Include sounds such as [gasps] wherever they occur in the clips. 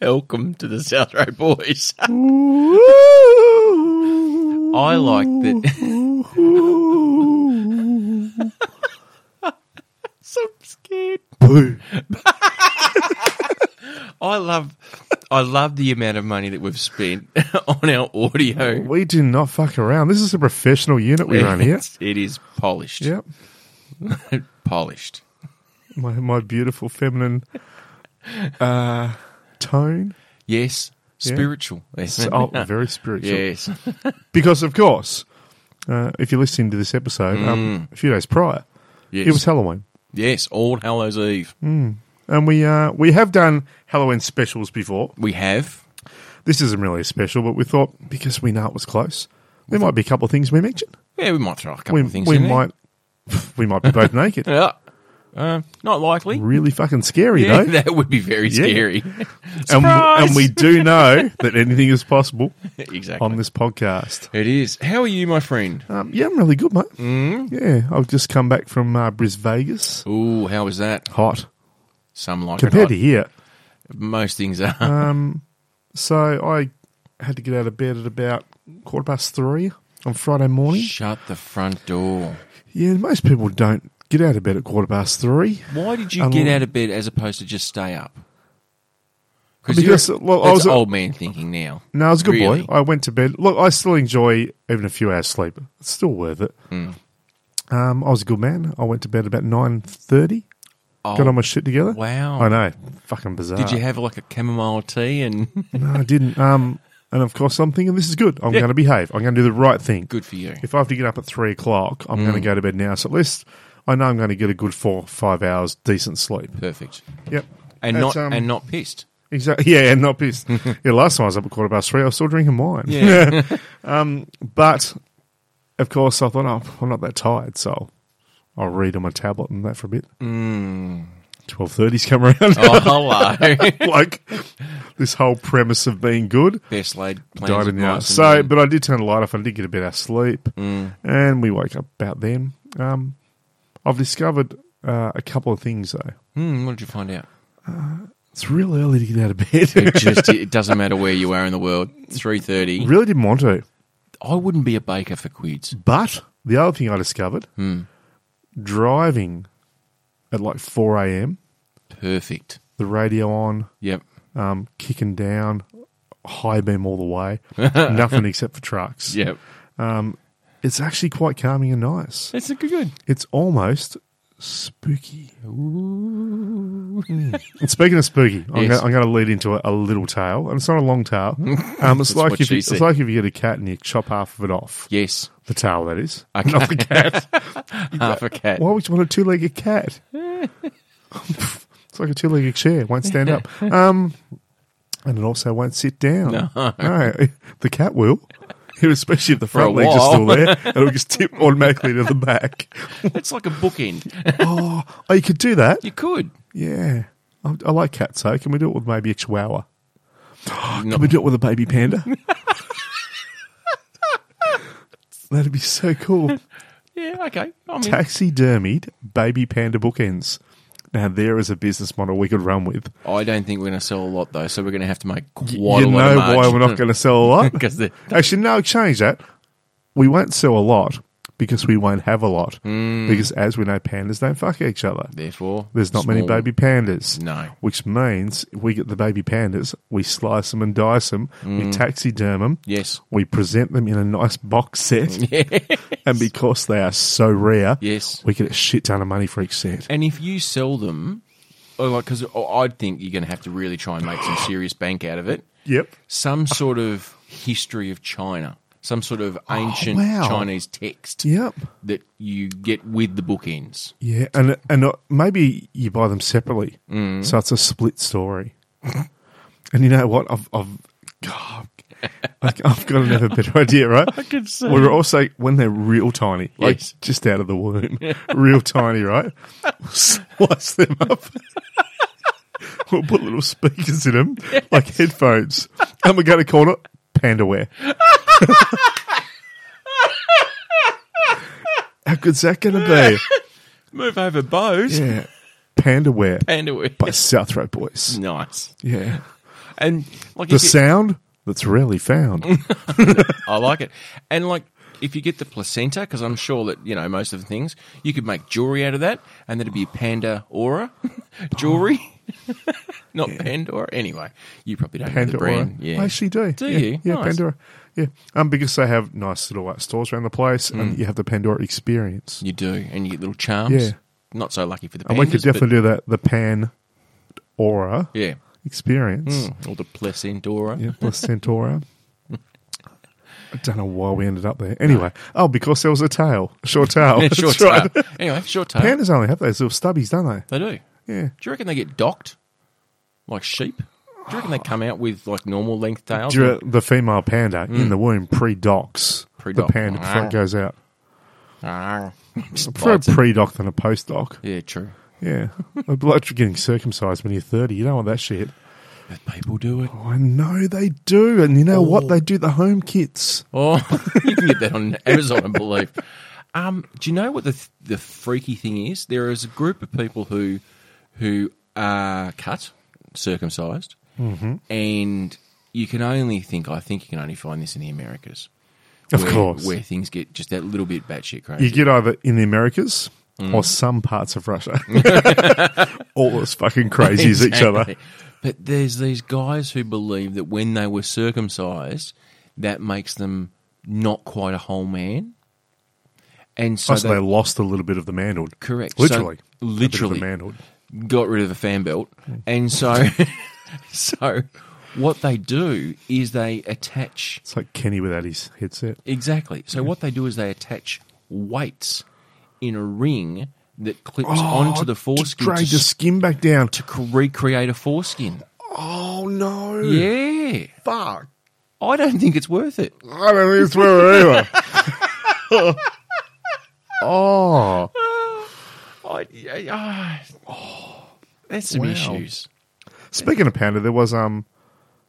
Welcome to the South Road [laughs] Boys. I like that. so scared. [laughs] I love, I love the amount of money that we've spent [laughs] on our audio. [laughs] We do not fuck around. This is a professional unit we run [laughs] here. It's- It is polished. Yep. [laughs] Polished. My, my beautiful feminine uh, tone. Yes. Yeah. Spiritual. It's, oh, very spiritual. Yes. [laughs] Because, of course, uh, if you're listening to this episode, um, a few days prior, Mm. Yes. it was Halloween. yes. All Hallows Eve. Hmm. And we uh, we have done Halloween specials before. We have. This isn't really a special, but we thought because we know it was close, there might be a couple of things we mention. Yeah, we might throw a couple We, of things we in there. might we might [laughs] be both naked. [laughs] Yeah. Uh, not likely. Really fucking scary [laughs] Yeah, though. that would be very Yeah. scary. And, [laughs] Surprise! and we [laughs] do know that anything is possible exactly. on this podcast. it is. How are you, my friend? Um, yeah, I'm really good, mate. Mm. Yeah, I've just come back from uh, Bris Vegas. Ooh, how is that? Hot Some like compared it. to here. hot. Most things are. Uh, So I had to get out of bed at about quarter past three on Friday morning. [laughs] Shut the front door. Yeah, most people don't get out of bed at quarter past three. Why did you Um, get out of bed as opposed to just stay up? Because, you're- well, I that's was a- old man thinking now. No, I was a good Really? boy. I went to bed. Look, I still enjoy even a few hours sleep. It's still worth it. Hmm. Um, I was a good man. I went to bed about nine thirty. Oh, Got all my shit together. Wow. I know. Fucking bizarre. Did you have like a chamomile tea and [laughs] No, I didn't. Um, and of course, I'm thinking this is good. I'm Yeah. going to behave. I'm going to do the right thing. good Mm. for you? If I have to get up at three o'clock, I'm going to go to bed now. So at least I know I'm going to get a good four, five hours decent sleep. Perfect. Yep. And That's, not um, and not pissed. Exactly. [laughs] Yeah, and not [laughs] pissed. yeah, last time I was up at quarter past three, I was still drinking wine. [laughs] Um, Yeah. But of course, I thought, oh, I'm not that tired, so I'll read on my tablet and that for a bit. Mm. Twelve thirty's come around. Mm. oh, [laughs] hello. [laughs] like this whole premise of being good. Best laid plans died of in the mice arse. and Mm. So, men. but I did turn the light off. I did get a bit of sleep, and we woke up about then. Um, I've discovered uh, a couple of things though. Hmm, what did you find out? It's real early to get out of bed. It just it doesn't matter where you are in the world. Three thirty. [laughs] really didn't want to, I wouldn't be a baker for quids. but the other thing I discovered: Hmm. driving at like four a.m. Perfect. The radio on, Yep. um, kicking down, high beam all the [laughs] way, nothing except for trucks. Yep. It's actually quite calming and nice. It's a good. good. It's almost spooky. And speaking of spooky, I'm, Yes. gonna, I'm going to lead into a, a little tale, and it's not a long [laughs] tale. Um, it's like what if she you, said. it's like if you get a cat and you chop half of it off. Yes. [laughs] The tail, that is, not the cat. Half a cat. Why would you want a two-legged [laughs] cat? it's like a two-legged chair; won't stand up, [laughs] um, and it also won't sit down. No, the cat will. Especially if the a front legs are still while. there, it'll just tip automatically to the [laughs] back. It's like a bookend. Oh, oh, you could do that. You could. Yeah. I, I like cats, though. Can we do it with maybe a chihuahua? No. Can we do it with a baby panda? [laughs] That'd be so cool. Yeah. Okay. I mean, Taxidermied baby panda bookends. Now, there is a business model we could run with. I don't think we're going to sell a lot though, so we're going to have to make quite you a lot know of why we're not going to sell a lot? [laughs] because the Actually, no, change that. We won't sell a lot because we won't have a lot. Because as we know, pandas don't fuck each other. therefore There's not many small- baby pandas. No. Which means if we get the baby pandas, we slice them and dice them, Mm. we taxiderm them, Yes. we present them in a nice box [laughs] set, Yeah. and because they are so rare, Yes. we get a shit ton of money for each set. And if you sell them, or like because I'd think you're going to have to really try and make some serious bank out of it. Yep. Some sort of history of China, some sort of ancient Oh, wow. Chinese text Yep. that you get with the bookends. Yeah, and and uh, maybe you buy them separately, Mm. so it's a split story. [laughs] and you know what? I've I've God, [laughs] I- I've got another better idea, [laughs] right? I can see. We're also when they're real tiny, like Yes. just out of the womb, [laughs] real tiny, right? We'll slice them up. [laughs] we'll put little speakers in them, like headphones, and we're going to call it [laughs] Pandaware. How good's that going [laughs] to be? Move over, bows. Yeah. Pandaware Panda. Mm. by South Road Boys. [laughs] Nice. Yeah. And like The if you- sound that's rarely found. Mm. I like it. And like if you get the placenta, because I'm sure that you know most of the things, you could make jewelry out of that, and that'd be panda aura [laughs] jewelry, [laughs] not Pandora. Anyway, you probably don't know the brand. Yeah, I actually do. Do yeah, you? Yeah, Nice. Pandora. Yeah, um, because they have nice little like, stores around the place, Mm. and you have the Pandora experience. you do, and you get little charms. Yeah. Not so lucky for the pandas, and we could but- definitely do that. The Pan Aura yeah, experience. Mm, or the placentora. [laughs] Yeah, Placentora. I don't know why we ended up there. Anyway, oh, because there was a tail, a short tail. [laughs] Oh, Yeah, That's short right. tail. Anyway, short tail. Pandas only have those little stubbies, don't they do. they? Yeah. Do you reckon they get docked like sheep? Do you reckon they come out with like normal length tails? Dur- the female panda in the womb pre-docs Mm. Pre-doc. Ah. the panda before it goes out. Arr. I Just prefer a bites it. pre-doc than a post-doc. Yeah, true. Yeah. [laughs] I'd like to getting circumcised when you're 30. You don't want that shit. But people do it. Oh, I know they do. And you know what? They do the home kits. Oh, [laughs] you can get that on Amazon, I believe. Um, do you know what the the freaky thing is? There is a group of people who who are cut, circumcised, Mm-hmm. and you can only think. I think you can only find this in the Americas, Of where- course. where things get just that little bit batshit crazy. You get either in the Americas Mm. or some parts of [laughs] Russia. [laughs] All as fucking crazy as each other. Exactly. But there's these guys who believe that when they were circumcised, that makes them not quite a whole man. And so Plus, they they lost a little bit of the manhood. Correct. Literally. A So, bit of the literally. manhood. got rid of the fan belt. And so, [laughs] so what they do is they attach It's like Kenny without his headset. exactly. So what they do is they attach weights in a ring that clips onto the foreskin Drag to, Oh, the skin back down. to c- recreate a foreskin. Oh, no. Yeah. Fuck. I don't think it's worth it. I don't think it's worth it either. [laughs] oh. I, I, I- that's some Wow. issues. Speaking of Panda, there was um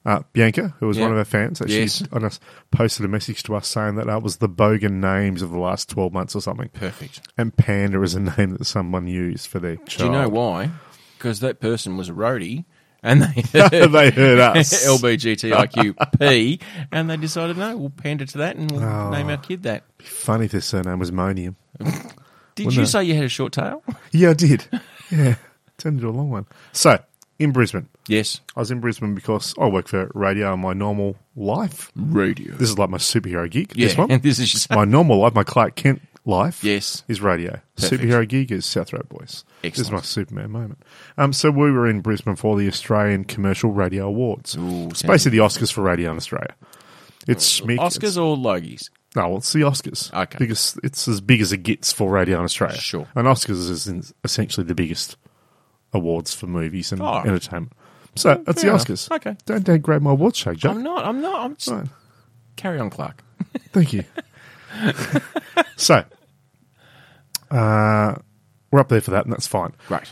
uh, Bianca, who was Yeah. one of our fans, that Yes. she on us posted a message to us saying that that was the bogan names of the last twelve months or something. Perfect. And Panda is a name that someone used for their child. Do you know why? Because that person was a roadie and [laughs] they [laughs] they heard [laughs] us. LBGTIQP, [laughs] and they decided, no, we'll pander to that and we'll Oh. name our kid that. Funny if their surname was Monium. Did Wouldn't you it? say you had a short tail? Yeah, I did. [laughs] Yeah, turned into a long one. So in Brisbane, Yes. I was in Brisbane because I work for radio in my normal life. Radio. This is like my superhero geek. Yeah, This one. and [laughs] this is just- my normal life, my Clark Kent life. Yes. is radio. Perfect. Superhero gig is South Road Boys. This is Excellent. my Superman moment. Um, so we were in Brisbane for the Australian Commercial Radio Awards. Ooh, it's sounds- basically the Oscars for radio in Australia. It's schmick. Oscars it's- or Logies? No, well, it's the Oscars. Okay. Because it's as big as it gets for radio in Australia. Sure. And Oscars is in, essentially the biggest awards for movies and Oh. entertainment. So that's the fair enough. Oscars. Okay. Don't downgrade my award show, Jack. I'm not. I'm not. I'm just. Right. Carry on, Clark. Thank [laughs] you. so, uh, we're up there for that, and that's fine. Right.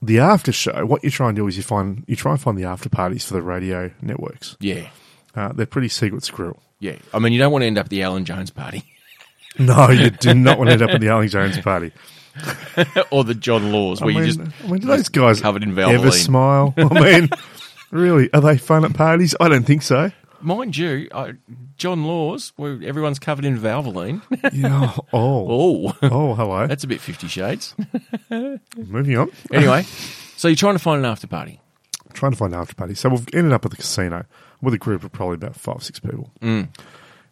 The after show, what you try and do is you find you try and find the after parties for the radio networks. Yeah. Uh, they're pretty secret [laughs] squirrel. Yeah. I mean, you don't want to end up at the Alan Jones party [laughs] No, you do not want to end up at the Alan Jones party. or the John Laws where I mean, you just. I mean, do those guys covered in ever Valvoline. smile? [laughs] I mean, really, are they fun at parties? I don't think so. Mind you, I, John Laws, where everyone's covered in Valvoline. Yeah. Oh. oh, Oh, hello. [laughs] that's a bit Fifty Shades. Moving on. [laughs] Anyway, so you're trying to find an after party. trying to find an after party. So we've ended up at the casino with a group of probably about five, six people. Mm.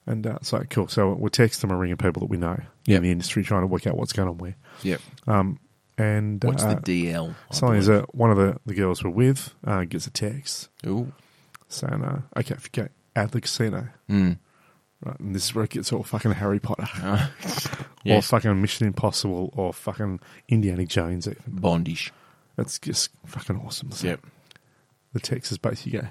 And uh, so, cool. So we're texting and ringing people that we know Yep. in the industry, trying to work out what's going on where. Yep. And What's uh, the DL? I something is that one of the, the girls we're with uh, gets a text Ooh. saying, uh, okay, if you go out the casino, Hmm. right, and this is where it gets all fucking Harry Potter yes. or fucking Mission Impossible or fucking Indiana Jones. Even. Bondish. That's just fucking awesome. So Yep. The text is basically go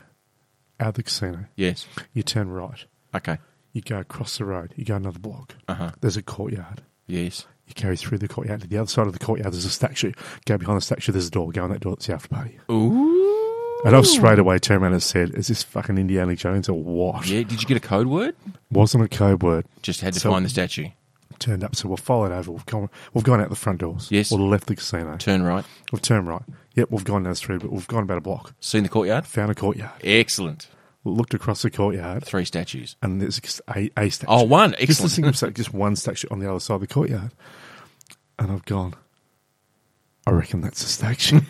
out the casino, Yes. you turn right. Okay. You go across the road. You go another block. Uh-huh. There's a courtyard. Yes. You carry through the courtyard to the other side of the courtyard. There's a statue. Go behind the statue. There's a door. Go on that door. It's the after party. Ooh. And I've straight away turned around and said, "Is this fucking Indiana Jones or what?" Yeah. Did you get a code word? Wasn't a code word. Just had to So- find the statue. turned up. So we've followed over. We've gone, we've gone out the front doors. Yes. We've left the casino. Turn right. We've turned right. Yep, we've gone down the street, but we've gone about a block. Seen the courtyard. Found a courtyard. Excellent. Looked across the courtyard, Three statues. and there's just a, a statue. Oh, one. Just a Excellent. [laughs] single statue, just one statue on the other side of the courtyard. And I've gone, I reckon that's a [laughs] statue.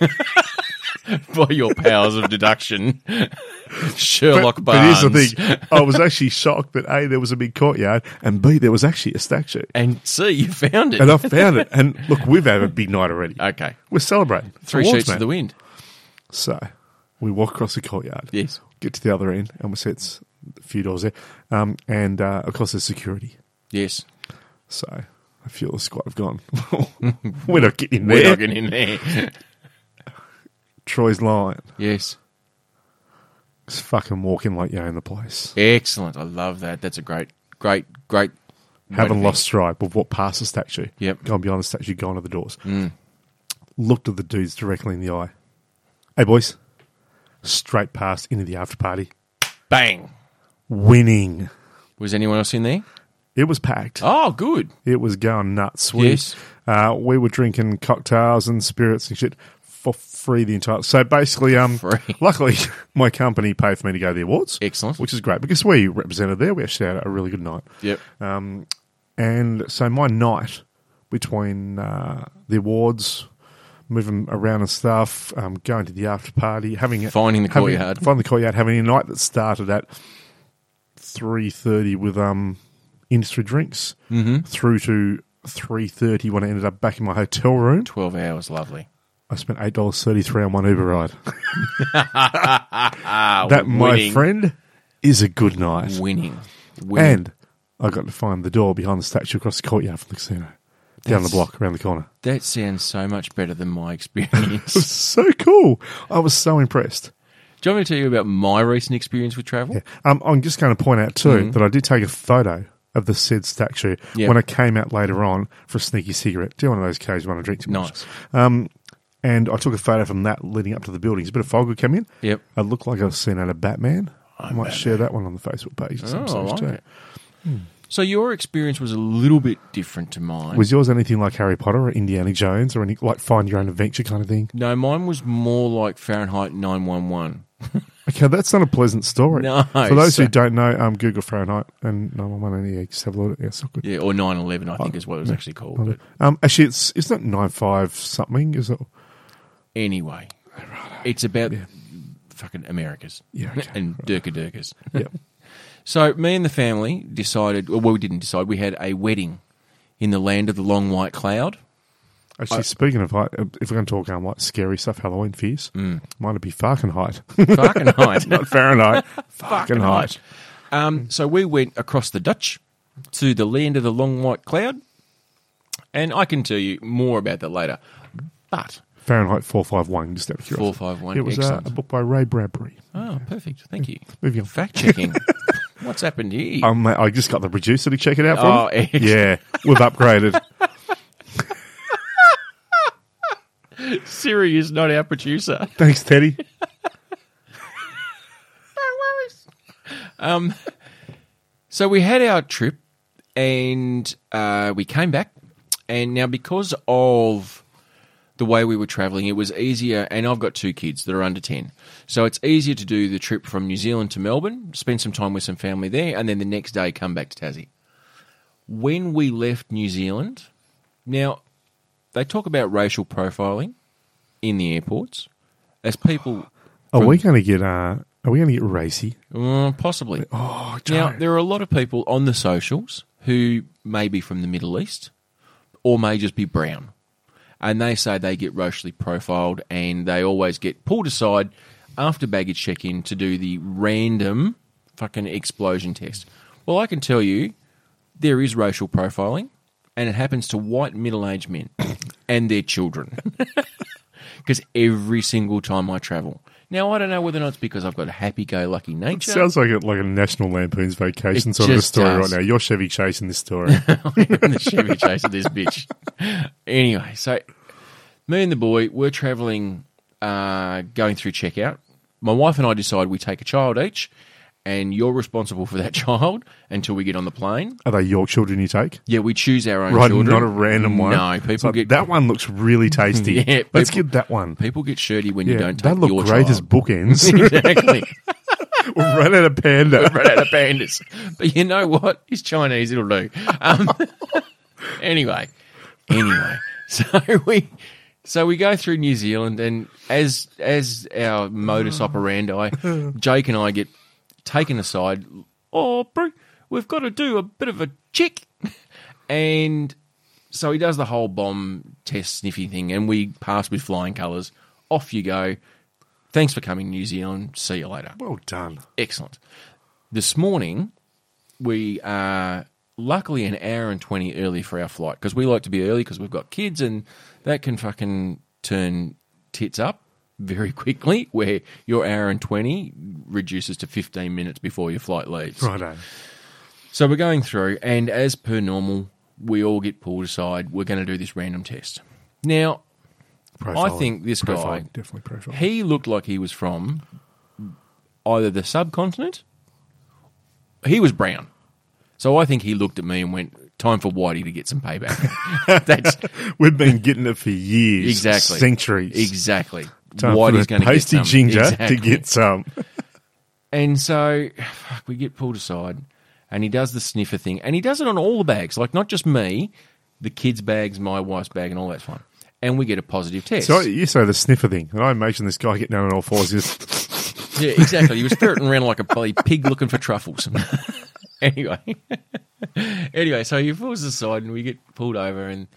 By your powers of deduction, [laughs] Sherlock but Barnes. here's the thing. [laughs] I was actually shocked that A, there was a big courtyard, and B, there was actually a statue. And see, you found it. And I found it. And look, we've had a big night already. Okay. We're celebrating. Uh, Three Awards, sheets man. of the wind. So we walk across the courtyard. Yes. Get to the other end, and we see it's a few doors there. Um, and uh, of course, there's security. Yes. So I feel the squad have gone. [laughs] We're not getting in there. We're not getting in there. [laughs] Troy's lying. yes. Just fucking walking like you own the place. Excellent. I love that. That's a great, great, great. way to Haven't think. lost stride. We've walked past the statue. Yep. Mm. Gone beyond the statue, gone to the doors. Looked at the dudes directly in the eye. Hey, boys. Straight past into the after party. Bang. Winning. Was anyone else in there? It was packed. Oh, good. It was going nuts. We, Yes. uh, we were drinking cocktails and spirits and shit for free the entire. So basically, um, Free. [laughs] luckily my company paid for me to go to the awards, Excellent. which is great because we represented there. We actually had a really good night, Yep. and so my night between uh, the awards, moving around and stuff, um, going to the after party, having a- Finding the having- courtyard. finding the courtyard, having a night that started at three thirty with um industry drinks Mm-hmm. through to three thirty when I ended up back in my hotel room. 12 hours. Lovely. I spent eight dollars thirty three on one Uber [laughs] ride. Ah, that my winning. friend is a good night, Winning. Winning. and I got to find the door behind the statue across the courtyard from the casino, down the That's- block, around the corner. that sounds so much better than my [laughs] experience. So cool! I was so impressed. Do you want me to tell you about my recent experience with travel? Yeah. Um, I'm just going to point out too that I did take a photo of the said statue Mm. Yeah. when I came out later on for a sneaky cigarette. Do one of those occasions when I drink too much. Nice. And I took a photo from that leading up to the buildings. A bit of fog would come in. Yep. I looked like I was seen out of Batman. i might share that one on the Facebook page. at some Oh, I stage like too. it. So your experience was a little bit different to mine. Was yours anything like Harry Potter or Indiana Jones or any like find your own adventure kind of thing? no, mine was more like Fahrenheit 911. Okay, that's not a pleasant story. No, For those so- who don't know, um, Google Fahrenheit and 911 just have a look at it. Yeah, it's not good. Yeah, or 911, I think is Oh, what it was actually called. But Um, actually, it's it's not nine five something, is it? anyway, it's about fucking Americas Yeah, okay, and Durka Durkas. Yeah. So me and the family decided, well, we didn't decide, we had a wedding in the land of the long white [laughs] cloud. Actually, speaking of height, if we're going to talk um, like scary stuff, Halloween fears, mm. might it be Fahrenheit, Fucking [laughs] height. not Fahrenheit, Fahrenheit. Um, so we went across the Dutch to the land of the long white cloud, and I can tell you more about that later. But Fahrenheit four five one. Just out of curiosity, 451, It was uh, excellent. a book by Ray Bradbury. oh, perfect, thank you. Moving on. Fact [laughs] checking. What's happened here? Um, mate, I just got the producer to check it out for Oh, me. excellent. Yeah, we've [laughs] upgraded. Siri is not our producer. Thanks, Teddy. So we had our trip, and uh, we came back, and now because of the way we were travelling, it was easier. And I've got two kids that are under ten, so it's easier to do the trip from New Zealand to Melbourne, spend some time with some family there, and then the next day come back to Tassie. When we left New Zealand, now they talk about racial profiling in the airports as people. Are we going to get? Uh, are we going to get racy? Uh, possibly. Oh, Now, Joe. there are a lot of people on the socials who may be from the Middle East or may just be brown. And they say they get racially profiled and they always get pulled aside after baggage check in to do the random fucking explosion test. Well, I can tell you there is racial profiling and it happens to white middle aged men [coughs] and their children. [laughs] Because every single time I travel. Now, I don't know whether or not it's because I've got a happy go lucky nature. Sounds like a, like a National Lampoon's Vacation It sort of a just story does. right now. You're Chevy chasing this story. [laughs] in the Chevy chase of this bitch. Anyway, so me and the boy we're traveling, uh, going through checkout. My wife and I decide we take a child each, and you're responsible for that [laughs] child until we get on the plane. Are they your children you take? Yeah, we choose our own Right, children. not a random one. No, people It's like, get that one looks really tasty. [laughs] Yeah, Let's people- get that one. people get shirty when you Yeah, don't they take look your great child. as bookends. [laughs] [laughs] exactly. We've run out of panda. [laughs] Right out of pandas. But you know what? He's Chinese. It'll do. Um, [laughs] anyway, anyway, so [laughs] we so we go through New Zealand, and as as our modus operandi, Jake and I get taken aside. Oh, bro, we've got to do a bit of a check, and so he does the whole bomb test sniffy thing, and we pass with flying colours. Off you go. Thanks for coming, New Zealand. See you later. Well done. Excellent. This morning, we are luckily an hour and 20 early for our flight because we like to be early because we've got kids and that can fucking turn tits up very [laughs] quickly where your hour and 20 reduces to 15 minutes before your flight leaves. Righto. So we're going through, and as per normal, we all get pulled aside. We're going to do this random test. Now, Profiling. think this guy- Profiling, definitely profile. he looked like he was from either the subcontinent. He was brown, so I think he looked at me and went, "Time for Whitey to get [laughs] some payback." [laughs] That's We've been getting it for years, exactly centuries. exactly. Time for Whitey's the going to get pasty some. ginger Exactly. to get some. [laughs] And so fuck, we get pulled aside, and he does the sniffer thing, and he does it on all the bags, like not just me, the kids' bags, my wife's bag, and all that's fine. And we get a positive test. So you say the sniffer thing, and I imagine this guy getting down on all fours. [laughs] Just, Yeah, exactly. He was ferreting around like a bloody pig looking for truffles. [laughs] anyway, [laughs] anyway, so he pulls aside and we get pulled over and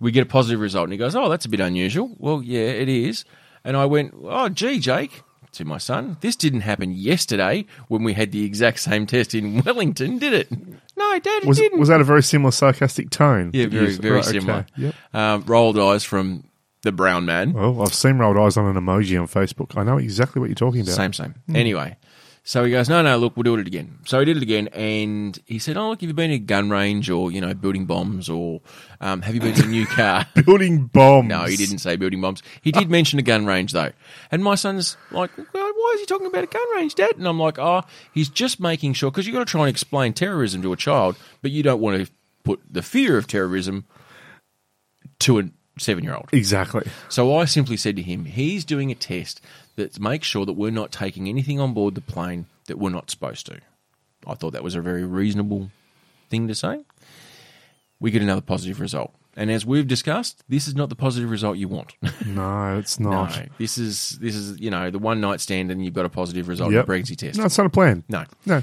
we get a positive result. And he goes, "Oh, that's a bit unusual." Well, yeah, it is. And I went, "Oh, gee, Jake." To my son, this didn't happen yesterday when we had the exact same test in Wellington, did it? No, Dad, it was, didn't. was that a very similar sarcastic tone? yeah, that very, you- very right, okay. similar. Yep. Um, rolled eyes from the brown man. Well, I've seen rolled eyes on an emoji on Facebook. I know exactly what you're talking about. Same, same. Anyway, so he goes, no, no, look, we'll do it again. So he did it again, and he said, oh, look, have you been to a gun range or, you know, building bombs or um, have you been to a new car? [laughs] Building bombs. no, he didn't say building bombs. He did mention a gun range, though. And my son's like, well, why is he talking about a gun range, Dad? And I'm like, oh, he's just making sure, because you've got to try and explain terrorism to a child, but you don't want to put the fear of terrorism to a seven-year-old. Exactly. So I simply said to him, he's doing a test that makes sure that we're not taking anything on board the plane that we're not supposed to. I thought that was a very reasonable thing to say. We get another positive result. And as we've discussed, this is not the positive result you want. [laughs] No, it's no, not. this is this is you know the one night stand, and you've got a positive result Yep. in a pregnancy Oh, test. No, it's not a plan. no. No.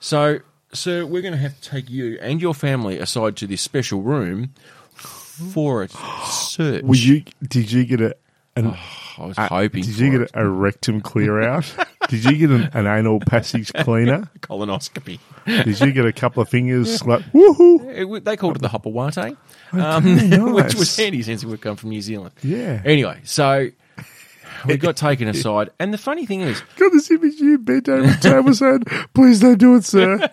So, sir, we're going to have to take you and your family aside to this special room for a [gasps] search. Were you? Did you get a? An, I was hoping. did you for get it. a, rectum clear [laughs] out? did you get an, an anal passage cleaner? colonoscopy? Did you get a couple of [laughs] fingers? Like woohoo! It, w- they called it the Hopawate, Okay, um, [laughs] which was Oh, nice. handy since we've come from New Zealand. Yeah. Anyway, so [laughs] we got taken aside, and the funny thing is, Got this image of you bent over the table saying, "Please don't do it, [laughs] sir."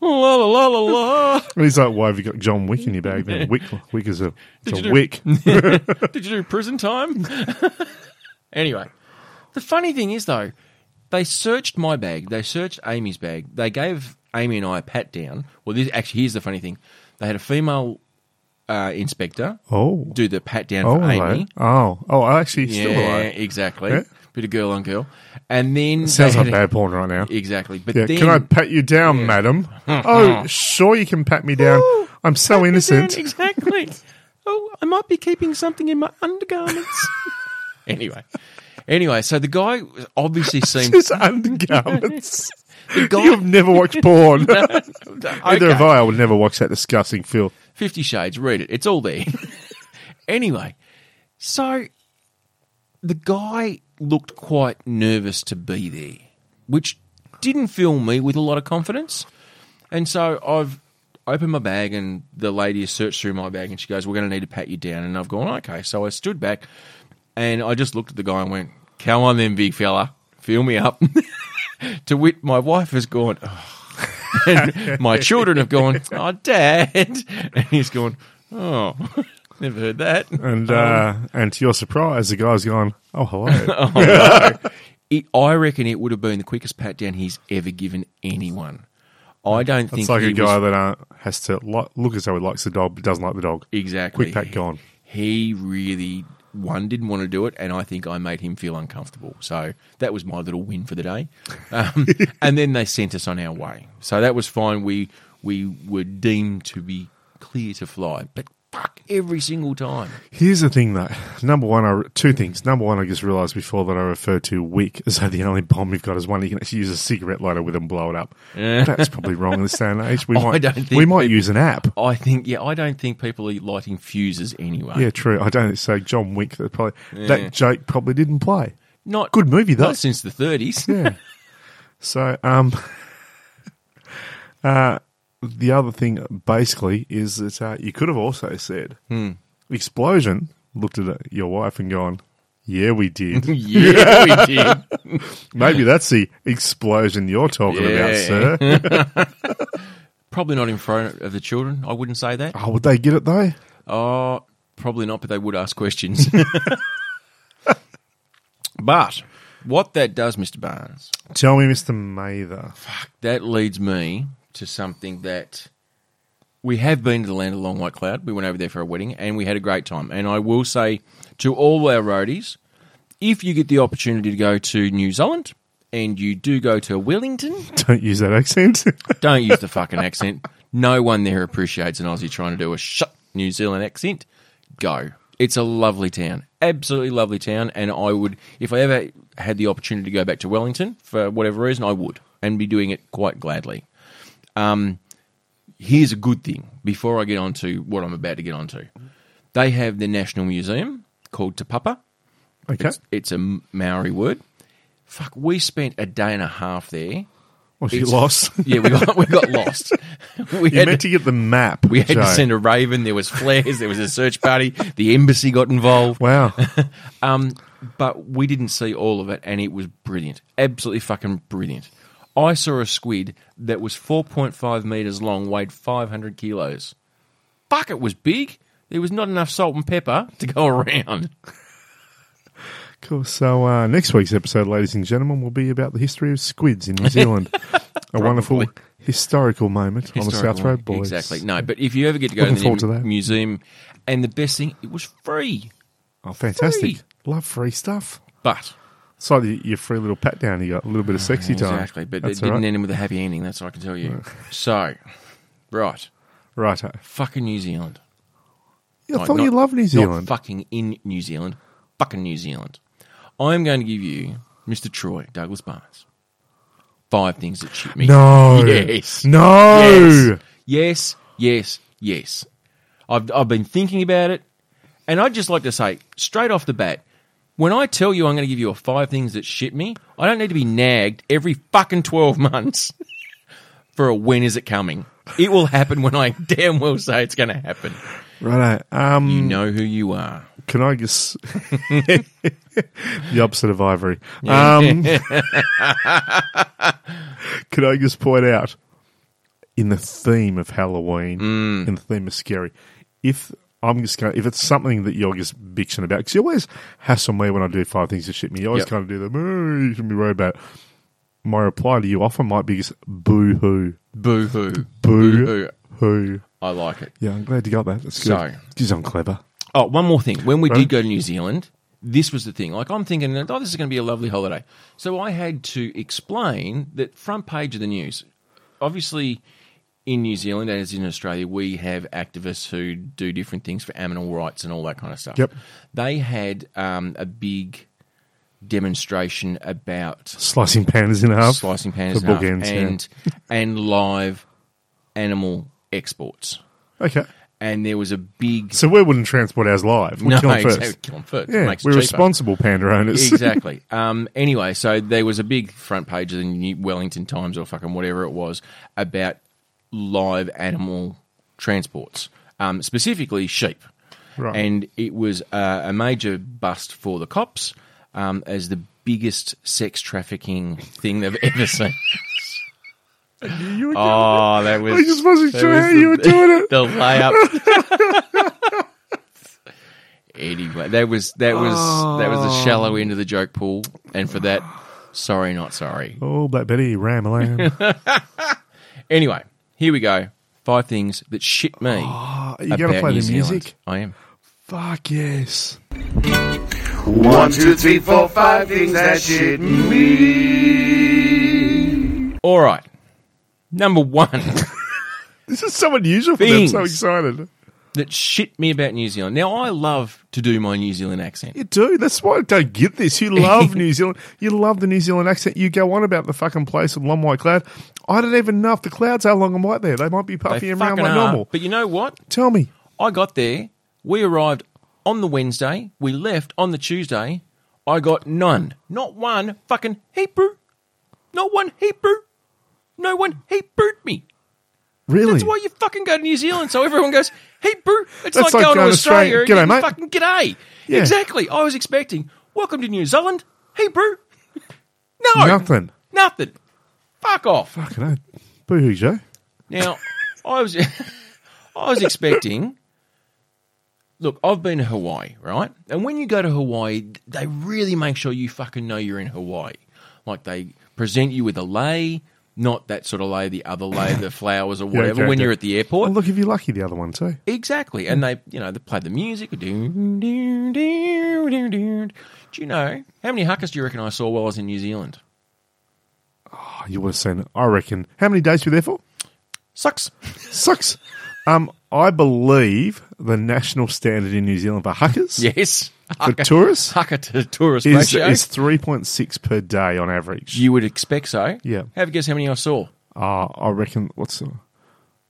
la la la la [laughs] la. And he's like, "Why have you got John Wick in your bag?" Then Wick, Wick is a, it's Did you a do- wick. [laughs] Did you do prison time? [laughs] anyway, the funny thing is though, they searched my bag. They searched Amy's bag. They gave Amy and I a pat down. Well, this actually here's the funny thing. They had a female uh, inspector Oh, do the pat down oh, for hello. Amy. oh, oh! I actually Yeah, still alive. exactly. Yeah. Bit of girl on girl, and then Sounds they like had- bad porn right now. Exactly. But Yeah, then can I [laughs] pat you down, madam? oh, sure, you can pat me down. Ooh, I'm so innocent. [laughs] exactly. oh, I might be keeping something in my [laughs] undergarments. anyway. Anyway, so the guy was- [laughs] obviously seemed His [laughs] undergarments. the guy You've never watched [laughs] porn. [laughs] Neither have okay. I. I would never watch that disgusting film. Fifty Shades, read it. It's all there. [laughs] anyway, so the guy looked quite nervous to be there, which didn't fill me with a lot of confidence. And so I've opened my bag, and the lady has searched through my bag, and she goes, "We're going to need to pat you down." And I've gone, "Okay." So I stood back, and I just looked at the guy and went, "Come on, then, big fella, fill me up." [laughs] to whit, my wife has gone. "Oh." and my children have gone, oh, dad. And he's gone, oh, [laughs] never heard that. "Oh, [laughs] And uh, and to your surprise, the guy's gone, oh, hello. Oh, no. It, I reckon it would have been the quickest pat down he's ever given anyone. I don't think It's like he a guy was- that uh, has to li- look as though he likes the dog, but doesn't like the dog. exactly quick pat gone. He really one didn't want to do it, and I think I made him feel uncomfortable. So that was my little win for the day. [laughs] Um, and then they sent us on our way, so that was fine. We we were deemed to be clear to fly, but fuck every single time. Here's the thing, though. Number one, I, two things. Number one, I just realised before that I referred to wick as though the only bomb you've got is one you can actually use a cigarette lighter with and blow it up. That's probably wrong in this day and age. [laughs] We Oh, I might, don't think we might people- use an app. I think yeah, I don't think people are lighting fuses anyway. Yeah, true. I don't so John Wick. That probably that joke probably didn't play. Not Good movie though. Not since [laughs] the 30s. Yeah. so, um, [laughs] uh, the other thing basically is that uh, you could have also said Hmm. explosion. Looked at it- your wife and gone, "Yeah, we [laughs] did. yeah, we did. Maybe that's the explosion you're talking about, Yeah. [laughs] sir." Probably not in front of the children. I wouldn't say that. oh, would they get it though? Oh, probably not, but they would ask questions. [laughs] but what that does, Mr. Barnes, Tell me, Mister Mather. [laughs] that leads me to something that we have been to the land of long white cloud. We went over there for a wedding and we had a great time. And I will say to all our roadies, if you get the opportunity to go to New Zealand and you do go to Wellington, Don't use that accent. [laughs] Don't use the fucking accent. No one there appreciates an Aussie trying to do a shut New Zealand accent. Go. It's a lovely town. Absolutely lovely town. And I would, if I ever had the opportunity to go back to Wellington for whatever reason, I would and be doing it quite gladly. Um, here's a good thing before I get on to what I'm about to get on to. They have the National Museum called Te Papa. okay. It's a Maori word. Fuck, we spent a day and a half there. Well, she it's- [laughs] lost. Yeah, we got we got [laughs] lost. We You had meant to get the map. we had to Joe. send a raven. There was flares. There was a search party. The embassy got involved. [laughs] Wow. Um, but we didn't see all of it, and it was brilliant. Absolutely fucking brilliant. I saw a squid that was 4.5 meters long, weighed 500 kilos. Fuck, it was big. There was not enough salt and pepper to go around. Cool. So uh, next week's episode, ladies and gentlemen, will be about the history of squids [laughs] in New Zealand. a wonderful historical moment [laughs] on the South Historical Road one. Boys. Exactly. No, but if you ever get to go Looking to forward the to that. museum, and the best thing, it was free. Oh, fantastic! Free. Love free stuff. But It's like your- your free little pat down. You got a little bit of sexy time. Ah, Exactly, but That's it didn't all right. end with a happy ending. That's what I can tell you. so, right, Righto. fucking New Zealand. I Like, thought you not- loved New not Zealand. fucking in New Zealand. Fucking New Zealand. I am going to give you Mr. Troy Douglas Barnes. Five things that shit me. no. Yes. No. Yes. Yes. Yes. Yes. I've I've been thinking about it, and I'd just like to say straight off the bat. When I tell you I'm going to give you a five things that shit me, I don't need to be nagged every fucking 12 [laughs] months for a when is it coming. It will happen when I [laughs] damn well say it's going to happen. Righto. Um, You know who you are. can I just [laughs] the opposite of ivory? [laughs] Um, can I just point out in the theme of Halloween, Mm. in the theme of scary, if I'm just going, to if it's something that you're just bitching about, because you always hassle me when I do five things to shit me. You always Yep. kind of do them. "Oh, you shouldn't be worried about. It. My reply to you often might be just boo hoo, Boo hoo. boo hoo. I like it. Yeah, I'm glad you got that. That's good. So- because I'm clever. Oh, one more thing. When we Right. did go to New Zealand, this was the thing. Like, I'm thinking, oh, this is going to be a lovely holiday. So I had to explain that front page of the news. Obviously, in New Zealand, as in Australia, we have activists who do different things for animal rights and all that kind of stuff. Yep. They had um, a big demonstration about Slicing pandas in half. slicing pans The in half bookends, yeah. and, [laughs] and live animal exports. Okay. And there was a big So we wouldn't transport ours live. We'd [laughs] no, kill them first. exactly. Kill 'em first. Yeah, Makes it we're cheaper. responsible panda owners. [laughs] exactly. Um, anyway, so there was a big front page of the New Wellington Times or fucking whatever it was about live animal transports, um, specifically sheep. Right. And it was uh, a major bust for the cops um, as the biggest sex trafficking thing they've [laughs] ever seen. You were- Oh, that was. [laughs] I just wasn't that sure was how the- you were doing it. The layup. [laughs] Oh. anyway, that was that was that was the shallow end of the joke pool, and for that, Sorry, not sorry. Oh, Black Betty, Ram [laughs] Lamb. Anyway, here we go. Five things that shit me. Oh, [gasps] you going to play New the Zealand. music? I am. Fuck yes. One, two, three, four, five things that shit me. All right. Number one [laughs] This is so unusual for them. I'm so Things. excited. that shit me about New Zealand. Now, I love to do my New Zealand accent. You do. That's why I don't get this. You [laughs] love New Zealand. You love the New Zealand accent. You go on about the fucking place of long white cloud. I don't even know if the clouds are long and white there. They might be puffy They and round fucking like are. normal. But you know what? Tell me. I got there. We arrived on the Wednesday. We left on the Tuesday. I got none. Not one fucking Hebrew. Not one Hebrew. No one Hebrewed me. Really? That's why you fucking go to New Zealand. So everyone goes, hey, boo. It's That's like, going, to Australia. Australia. G'day, and mate. Fucking g'day. Yeah. Exactly. I was expecting, welcome to New Zealand. Hey, boo. [laughs] No. Nothing. Nothing. Fuck off. Fucking hell. Boo hoo, Joe. Now, I was, [laughs] I was expecting. Look, I've been to Hawaii, right? And when you go to Hawaii, they really make sure you fucking know you're in Hawaii. Like they present you with a lei, not that sort of lei, the other [laughs] lei, the flowers or okay, whatever. when okay. you're at the airport, Well, look if you're lucky, the other one too. Exactly. And they, you know, they play the music. Do, do, do, do, do. do you know how many huckers do you reckon I saw while I was in New Zealand? Oh, you would have seen it. I reckon. How many days were you there for? Sucks. [laughs] Sucks. Um, I believe the national standard in New Zealand for huckers, Yes. for tourists, Hucker to tourist is, ratio. is 3.6 per day on average. you would expect so. Yeah. Have a guess how many I saw? Uh, I reckon, what's the,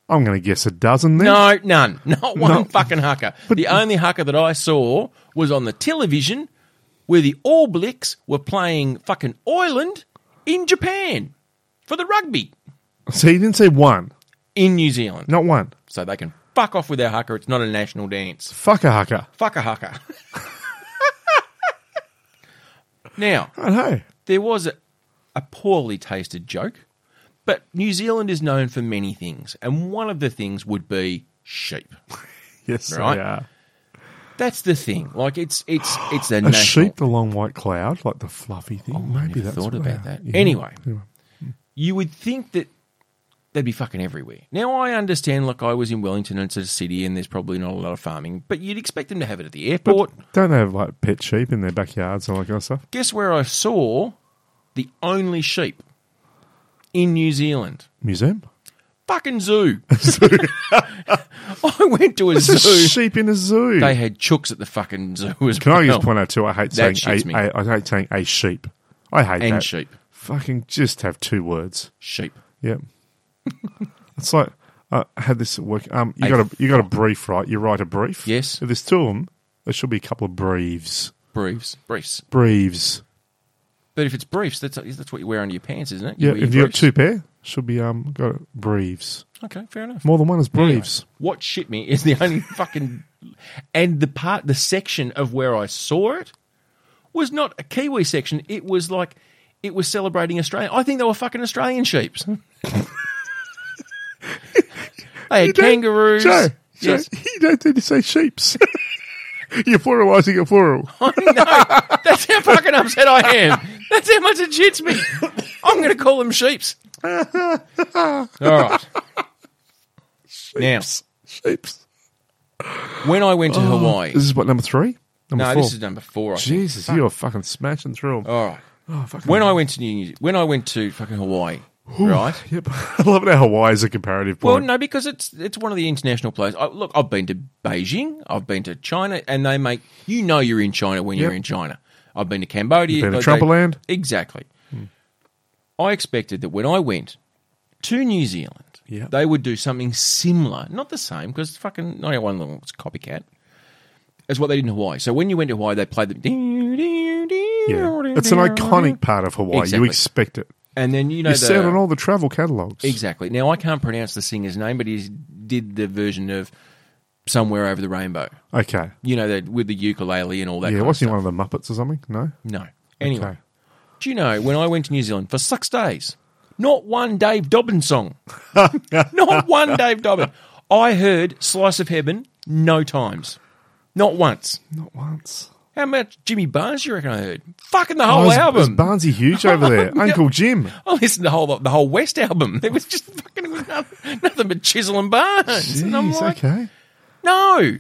I'm going to guess a dozen then. No, none. [laughs] Not one No. fucking hucker. the only hucker that I saw was on the television where the All Blacks were playing fucking Ireland in Japan for the rugby So you didn't say one. in New Zealand. Not one. So they can fuck off with their hucker. It's not a national dance. Fuck a hucker. Fucker hucker. [laughs] now, I know. there was a, a poorly tasted joke, but New Zealand is known for many things, and one of the things would be sheep. Yes, Right. they are. That's the thing. Like it's it's it's a, A national. Oh, sheep, the long white cloud, like the fluffy thing. I Maybe never that's thought where- about that. yeah. Anyway, you would think that they'd be fucking everywhere. Now I understand. Look, I was in Wellington, and it's a city, and there's probably not a lot of farming, but you'd expect them to have it at the airport. Don't they have like pet sheep in their backyards and all that kind of stuff? Guess where I saw the only sheep in New Zealand? Museum? Fucking zoo. [laughs] I went to a It's a zoo. sheep in a zoo. They had chooks at the fucking zoo as Can well. I just point out too? I hate That shits saying me. a, a, I hate saying a sheep. I hate and that. sheep. Fucking just have two words. Sheep. Yep. [laughs] it's like I had this at work. Um, you A got a you got a brief, right? You write a brief. Yes. If there's two of them, there should be a couple of briefs. Briefs. Briefs. Briefs. But if it's briefs, that's that's what you wear under your pants, isn't it? You Yeah. wear if your you got briefs. two pair, should be um got it, briefs. Okay, fair enough. More than one is briefs. What shit me is the only [laughs] fucking and the part the section of where I saw it was not a Kiwi section. It was like it was celebrating Australia. I think they were fucking Australian sheeps. [laughs] they had don't- kangaroos. Joe, Joe, Yes. you don't need to say sheeps. [laughs] You're pluralizing a plural. That's how fucking upset I am. That's how much it shits me. I'm going to call them sheeps. All right. Now, sheeps. when I went to Hawaii, This is what number three. Number no, four. this is Oh, number four. I think. Jesus, you are fucking smashing through them. All right. oh, fucking When I went to New Zealand, when I went to fucking Hawaii, right? [laughs] Yep. I love it how Hawaii is a comparative Well, point. no, because it's it's one of the international places. I, look, I've been to Beijing, I've been to China, and they make you know you're in China when you're Yep. in China. I've been to Cambodia, You've been to like they- Trumperland? exactly. I expected that when I went to New Zealand, Yep. they would do something similar, not the same, because fucking ninety one level it's copycat. It's what they did in Hawaii. So when you went to Hawaii, they played the yeah. It's an iconic part of Hawaii. Exactly. You expect it. and uh, then you know You the, see it on all the travel catalogs. Exactly. Now I can't pronounce the singer's name, but he did the version of "Somewhere Over the Rainbow." Okay. You know that with the ukulele and all that. Yeah, kind of wasn't he stuff. one of the Muppets or something? No. No. Anyway, Okay. do you know when I went to New Zealand for six days, not one Dave [laughs] Dobbin song, not one Dave Dobbin. I heard "Slice of Heaven" no times, not once. Oh, Not once. How much Jimmy Barnes you reckon I heard? Fucking the whole Oh, is, is album. Barnsley huge over [laughs] there? Uncle Jim. I listened to the whole the whole West album. It was just fucking it was nothing, nothing but Chisel and Barnes. and I'm Jeez, like, okay. no,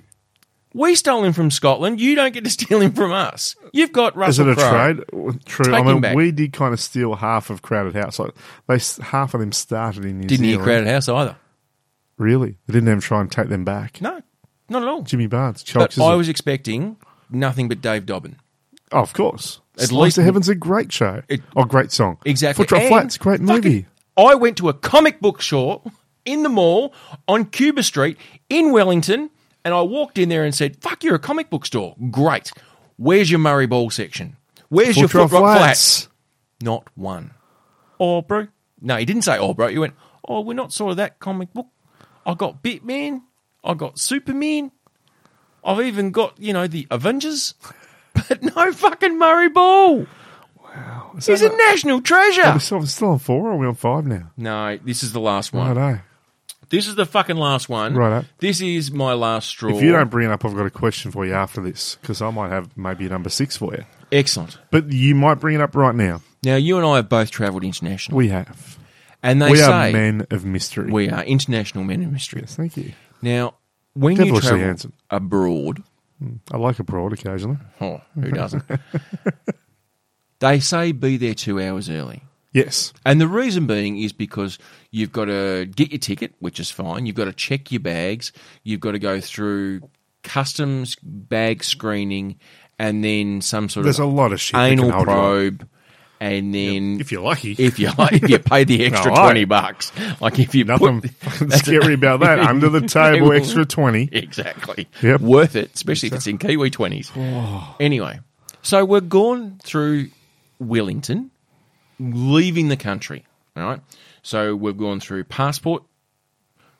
we stole him from Scotland. You don't get to [laughs] steal him from us. You've got Is Russell it a Crowe. trade? Well, True. Take I him mean, back. we did kind of steal half of Crowded House. Like they s- half of them started in New Didn't hear Zealand. Crowded House either. Really, they didn't even try and take them back. No, not at all. Jimmy Barnes, But Chalks I was expecting nothing but Dave Dobbin. oh, of course. At At least- least the Heaven's a great show. It- oh, great song. Exactly. Foot Drop And Flats, great fucking- movie. I went to a comic book shop in the mall on Cuba Street in Wellington, and I walked in there and said, "Fuck, you're a comic book store. Great. Where's your Murray Ball section? Where's your Foot Rock Flats? Not one. Oh, bro. No, he didn't say oh, bro. He went, "Oh, we're not sort of that comic book. I got Batman. I got Superman. I've even got you know the Avengers." [laughs] But no fucking Murray Ball. Is He's that a not- national treasure. We're still, we're still on four or are we on five now? No, this is the last I one. don't know. This is the fucking last one. Righto. This is my last straw. If you don't bring it up, I've got a question for you after this because I might have maybe a number six for you. Excellent. But you might bring it up right now. Now, you and I have both travelled internationally. We have. and they we say are men of mystery. we are international men in mystery. yes, thank you. Now, when you Devilishly travel handsome. abroad, I like a broad occasionally. oh, who doesn't? [laughs] they say be there two hours early. Yes. And the reason being is because you've got to get your ticket, which is fine. You've got to check your bags. You've got to go through customs bag screening and then some sort There's a of lot of shit. that anal can hold you up. probe. And then If you're lucky. if you if you pay the [laughs] extra All right. twenty bucks, like if you Nothing [laughs] put, [laughs] fucking scary about that. Under the table, extra 20. exactly Yep. worth it, especially if it's in Kiwi twenties. Anyway, so we're gone through Wellington, leaving the country. All right, so we've gone through passport,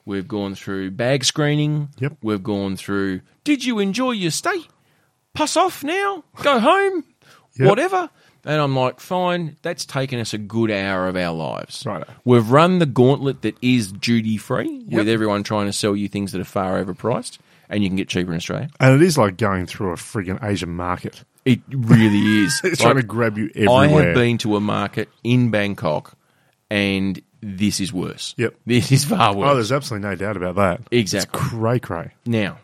we've gone through bag screening, Yep. we've gone through. Did you enjoy your stay? Puss off now, go home, Yep. whatever. And I'm like, fine, that's taken us a good hour of our lives. Righto. We've run the gauntlet that is duty free Yep. with everyone trying to sell you things that are far overpriced and you can get cheaper in Australia. And it is like going through a friggin' Asian market. [laughs] It really is. It's trying to Like, grab you I everywhere. have been to a market in Bangkok and this is worse. Yep. This is far oh, worse. there's absolutely no doubt about that. exactly. Cray cray. now,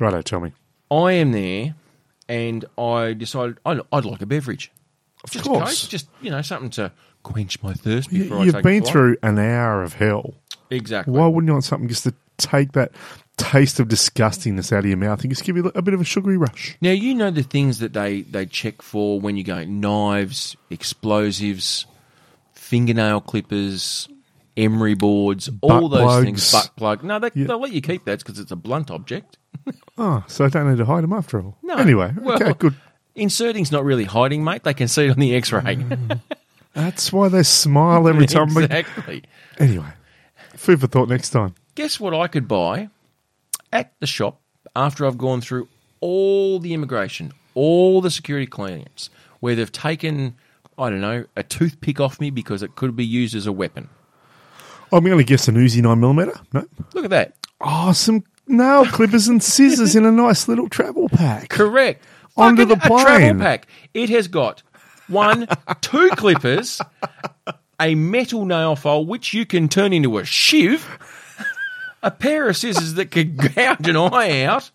Righto, tell me. I am there and I decided I'd, I'd like a beverage. Of Just a course. Coke, just, you know, something to quench my thirst before I You've take a been flight. through an hour of hell. Exactly. Why wouldn't you want something just to take that taste of disgustingness out of your mouth and just give you a bit of a sugary rush? Now you know the things that they they check for when you go knives, explosives, fingernail clippers, emery boards, all those things. plugs. Butt plug. No, they, they'll let you keep that because it's a blunt object. Oh, so I don't need to hide them after all. No. Anyway, okay, [laughs] Well- good. Inserting's not really hiding, mate. They can see it on the X-ray. Mm. [laughs] That's why they smile every time. we- exactly. Anyway, food for thought next time. Guess what I could buy at the shop after I've gone through all the immigration, all the security clearance, where they've taken, I don't know, a toothpick off me because it could be used as a weapon. I'm going to guess an Uzi 9mm. No. Look at that. Oh, some nail clippers and scissors in a nice little travel pack. Correct. Onto Fucking the A travel plane. pack. It has got one, two clippers, a metal nail file which you can turn into a shiv, a pair of scissors that could [laughs] gouge an eye out,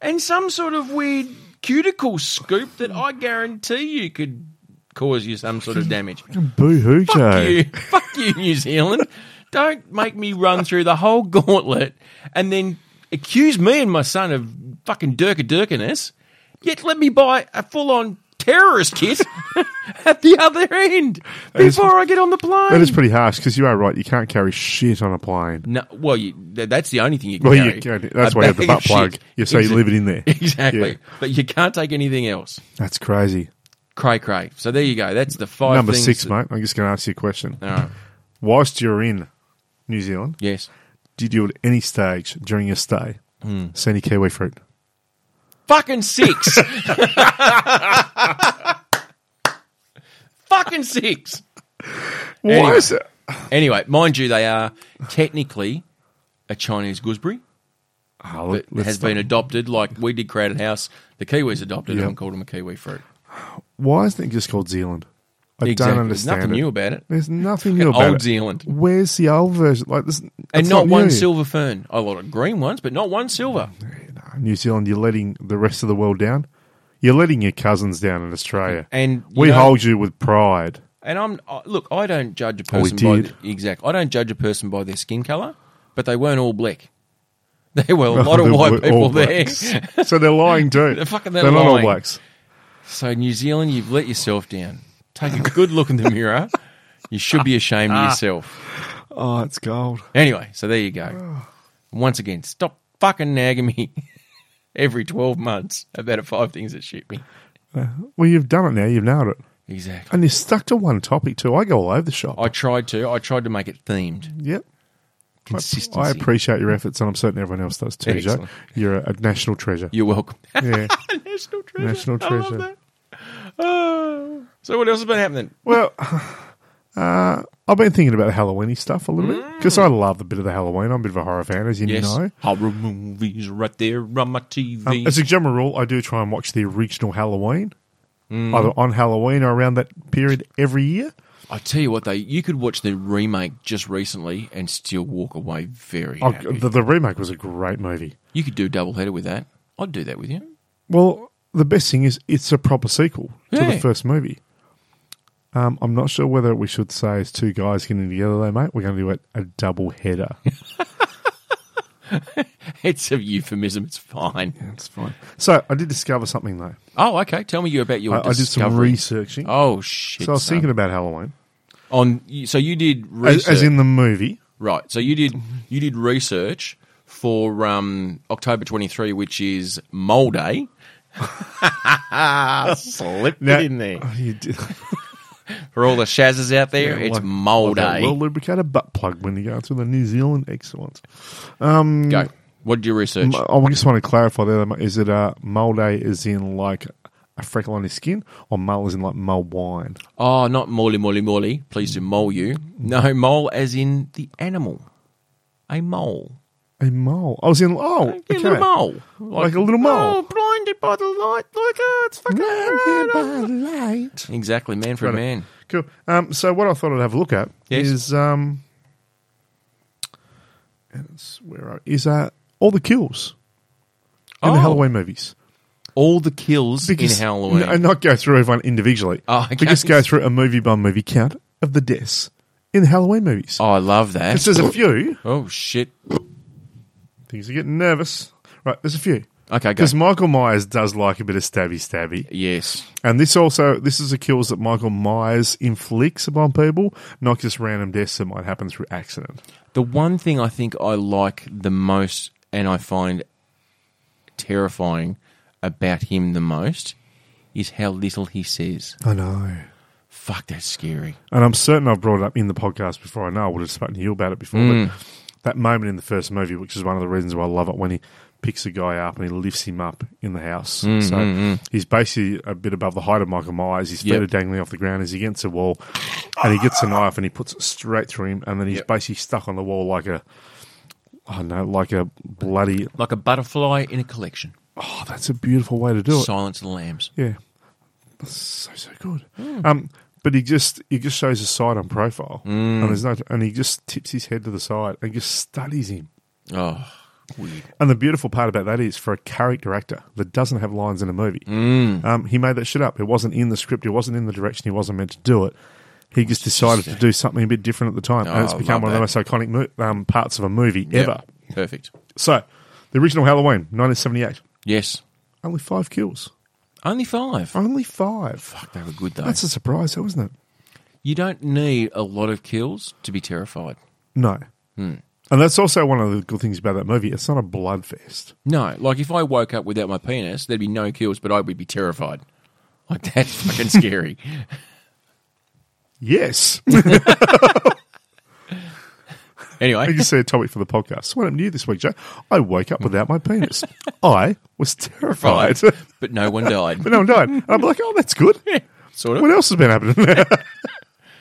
and some sort of weird cuticle scoop that I guarantee you could cause you some sort of damage. Boo hoo, Joe. Fuck you. [laughs] Fuck you, New Zealand. Don't make me run through the whole gauntlet and then accuse me and my son of fucking dirka dirkiness, yet let me buy a full on terrorist kit [laughs] at the other end is- before I get on the plane. That is pretty harsh because you are right. You can't carry shit on a plane. no, well, you, th- that's the only thing you can Well, carry. you can, that's A why you have the bag of butt plug. shit. You say you Exa- leave it in there. [laughs] Exactly. Yeah. But you can't take anything else. That's crazy. Cray cray. So there you go. That's the five Number things six, that- mate. I'm just going to ask you a question. All right. Whilst you're in New Zealand, Yes. did you at any stage during your stay Hmm. see any kiwi fruit? Fucking six. Fucking six. Why Anyway. is it? Anyway, mind you, they are technically a Chinese gooseberry, Ah, that let- let's has stop. been adopted, like we did Crowded House. The Kiwis adopted Yeah. it and called them a Kiwi fruit. Why isn't it just called Zealand? I Exactly. don't There's understand. nothing it. new about it. There's nothing new about Old it. Zealand. Where's the old version? Like this, And that's not, one new. silver fern. A lot of green ones, but not one silver. New Zealand, you're letting the rest of the world down. You're letting your cousins down in Australia. And, you we know- hold you with pride. And I'm I- look, I don't judge a Oh, we person by did. the, exact. I don't judge a person by their skin color, but they weren't all black. [laughs] They were [laughs] a lot of They're white people all [laughs] there. [laughs] blacks. so they're lying too. They're fucking- they're not all lying. blacks. So New Zealand, you've let yourself down. Take a good look in the mirror. You should be ashamed of yourself. Oh, it's gold. Anyway, so there you go. Once again, stop fucking nagging me [laughs] every twelve months about the five things that shit me. Well, you've done it now. You've nailed it, Exactly. and you're stuck to one topic too. I go all over the shop. I tried to. I tried to make it themed. yep. I- Consistency. I appreciate your efforts, and I'm certain everyone else does too, Joe. Excellent. You're a, a national treasure. You're welcome. [laughs] yeah. National treasure. [laughs] National I love treasure. that. Oh. so what else has been happening? Well, [sighs] uh, I've been thinking about the Halloweeny stuff a little Mm. bit because I love a bit of the Halloween. I'm a bit of a horror fan, as you know. horror movies right there on my Um, TV. as a general rule, I do try and watch the original Halloween, Mm. either on Halloween or around that period every year. I tell you what, though, you could watch the remake just recently and still walk away very Oh, happy. the, the remake was a great movie. you could do a double header with that. I'd do that with you. [laughs] Well, the best thing is it's a proper sequel to Yeah. the first movie. Um, I'm not sure whether we should say it's two guys getting together, though, mate. We're going to do it a double [laughs] header. It's a euphemism. It's fine. That's fine. So I did discover something though. Oh, okay. Tell me you about your I, I did some discovery. researching. Oh shit! so I was son. thinking about Halloween, on. you- So you did as, research, as in the movie. right? So you did you did research for um, October twenty three, which is Mole Day. [laughs] Slipped Now- it in there. [laughs] Oh, you did. For all the shazzers out there, Yeah, it's eh? like- mole like that day. Well lubricated butt plug when you go through the New Zealand excellence. Go. mm. What did you research? I just want to clarify there. though, Is it uh, mole day is in like a freckle on his skin, or mole is in like mole wine? oh, not molly, molly, molly. Please do mole you. No, mole as in the animal. A mole. A mole. I was in. Oh, A okay. little mole. Like a little mole. Oh, blinded by the light. Like, oh, it's fucking Blinded red. by the light. Exactly, man for Got a it. man. Cool. Um, so what I thought I'd have a look at Yes. is um, and it's where I, is uh, all the kills in Oh. the Halloween movies. All the kills in Halloween. n- and not go through everyone individually. Oh, okay. We just go through a movie by movie count of the deaths in the Halloween movies. oh, I love that. 'Cause there's a few oh, shit. things are getting nervous. Right, there's a few. Okay, go. Because Michael Myers does like a bit of stabby stabby. Yes. And this also this is the kills that Michael Myers inflicts upon people, not just random deaths that might happen through accident. The one thing I think I like the most and I find terrifying about him the most is how little he says. I know. Fuck, that's scary. And I'm certain I've brought it up in the podcast before. I know I would have spoken to you about it before. Mm. But that moment in the first movie, which is one of the reasons why I love it, when he picks a guy up and he lifts him up in the house. Mm, So he's basically a bit above the height of Michael Myers. His feet Yep. are dangling off the ground. He's against a wall. And he gets a knife and he puts it straight through him. And then he's Yep. basically stuck on the wall like a, I don't know, like a bloody. Like a butterfly in a collection. Oh, that's a beautiful way to do it. Silence of the Lambs. Yeah, that's so so good. Hmm. Um, but he just he just shows his side on profile, Hmm. and there's no, and he just tips his head to the side and just studies him. Oh, weird. And the beautiful part about that is, for a character actor that doesn't have lines in a movie, Hmm. um, he made that shit up. It wasn't in the script. It wasn't in the direction. He wasn't meant to do it. He just decided to do something a bit different at the time, Oh, and it's I become love one of the most that. iconic mo- um, parts of a movie ever. Yep. Perfect. So, the original Halloween, 1978, Yes. only five kills. Only five. Only five. Fuck, they were good though. That's a surprise, though, isn't it? you don't need a lot of kills to be terrified. No. Hmm. And that's also one of the good things about that movie. It's not a bloodfest. No, like if I woke up without my penis, there'd be no kills, but I would be terrified. Like [laughs] that's fucking scary. Yes. [laughs] I Anyway, can see a topic for the podcast. So what happened to you this week, Joe? I woke up without my [laughs] penis. I was terrified. [laughs] Right. but no one [laughs] died. but no one died. And I'm like, oh, that's good. Sort of. What else has been happening? [laughs] Hmm?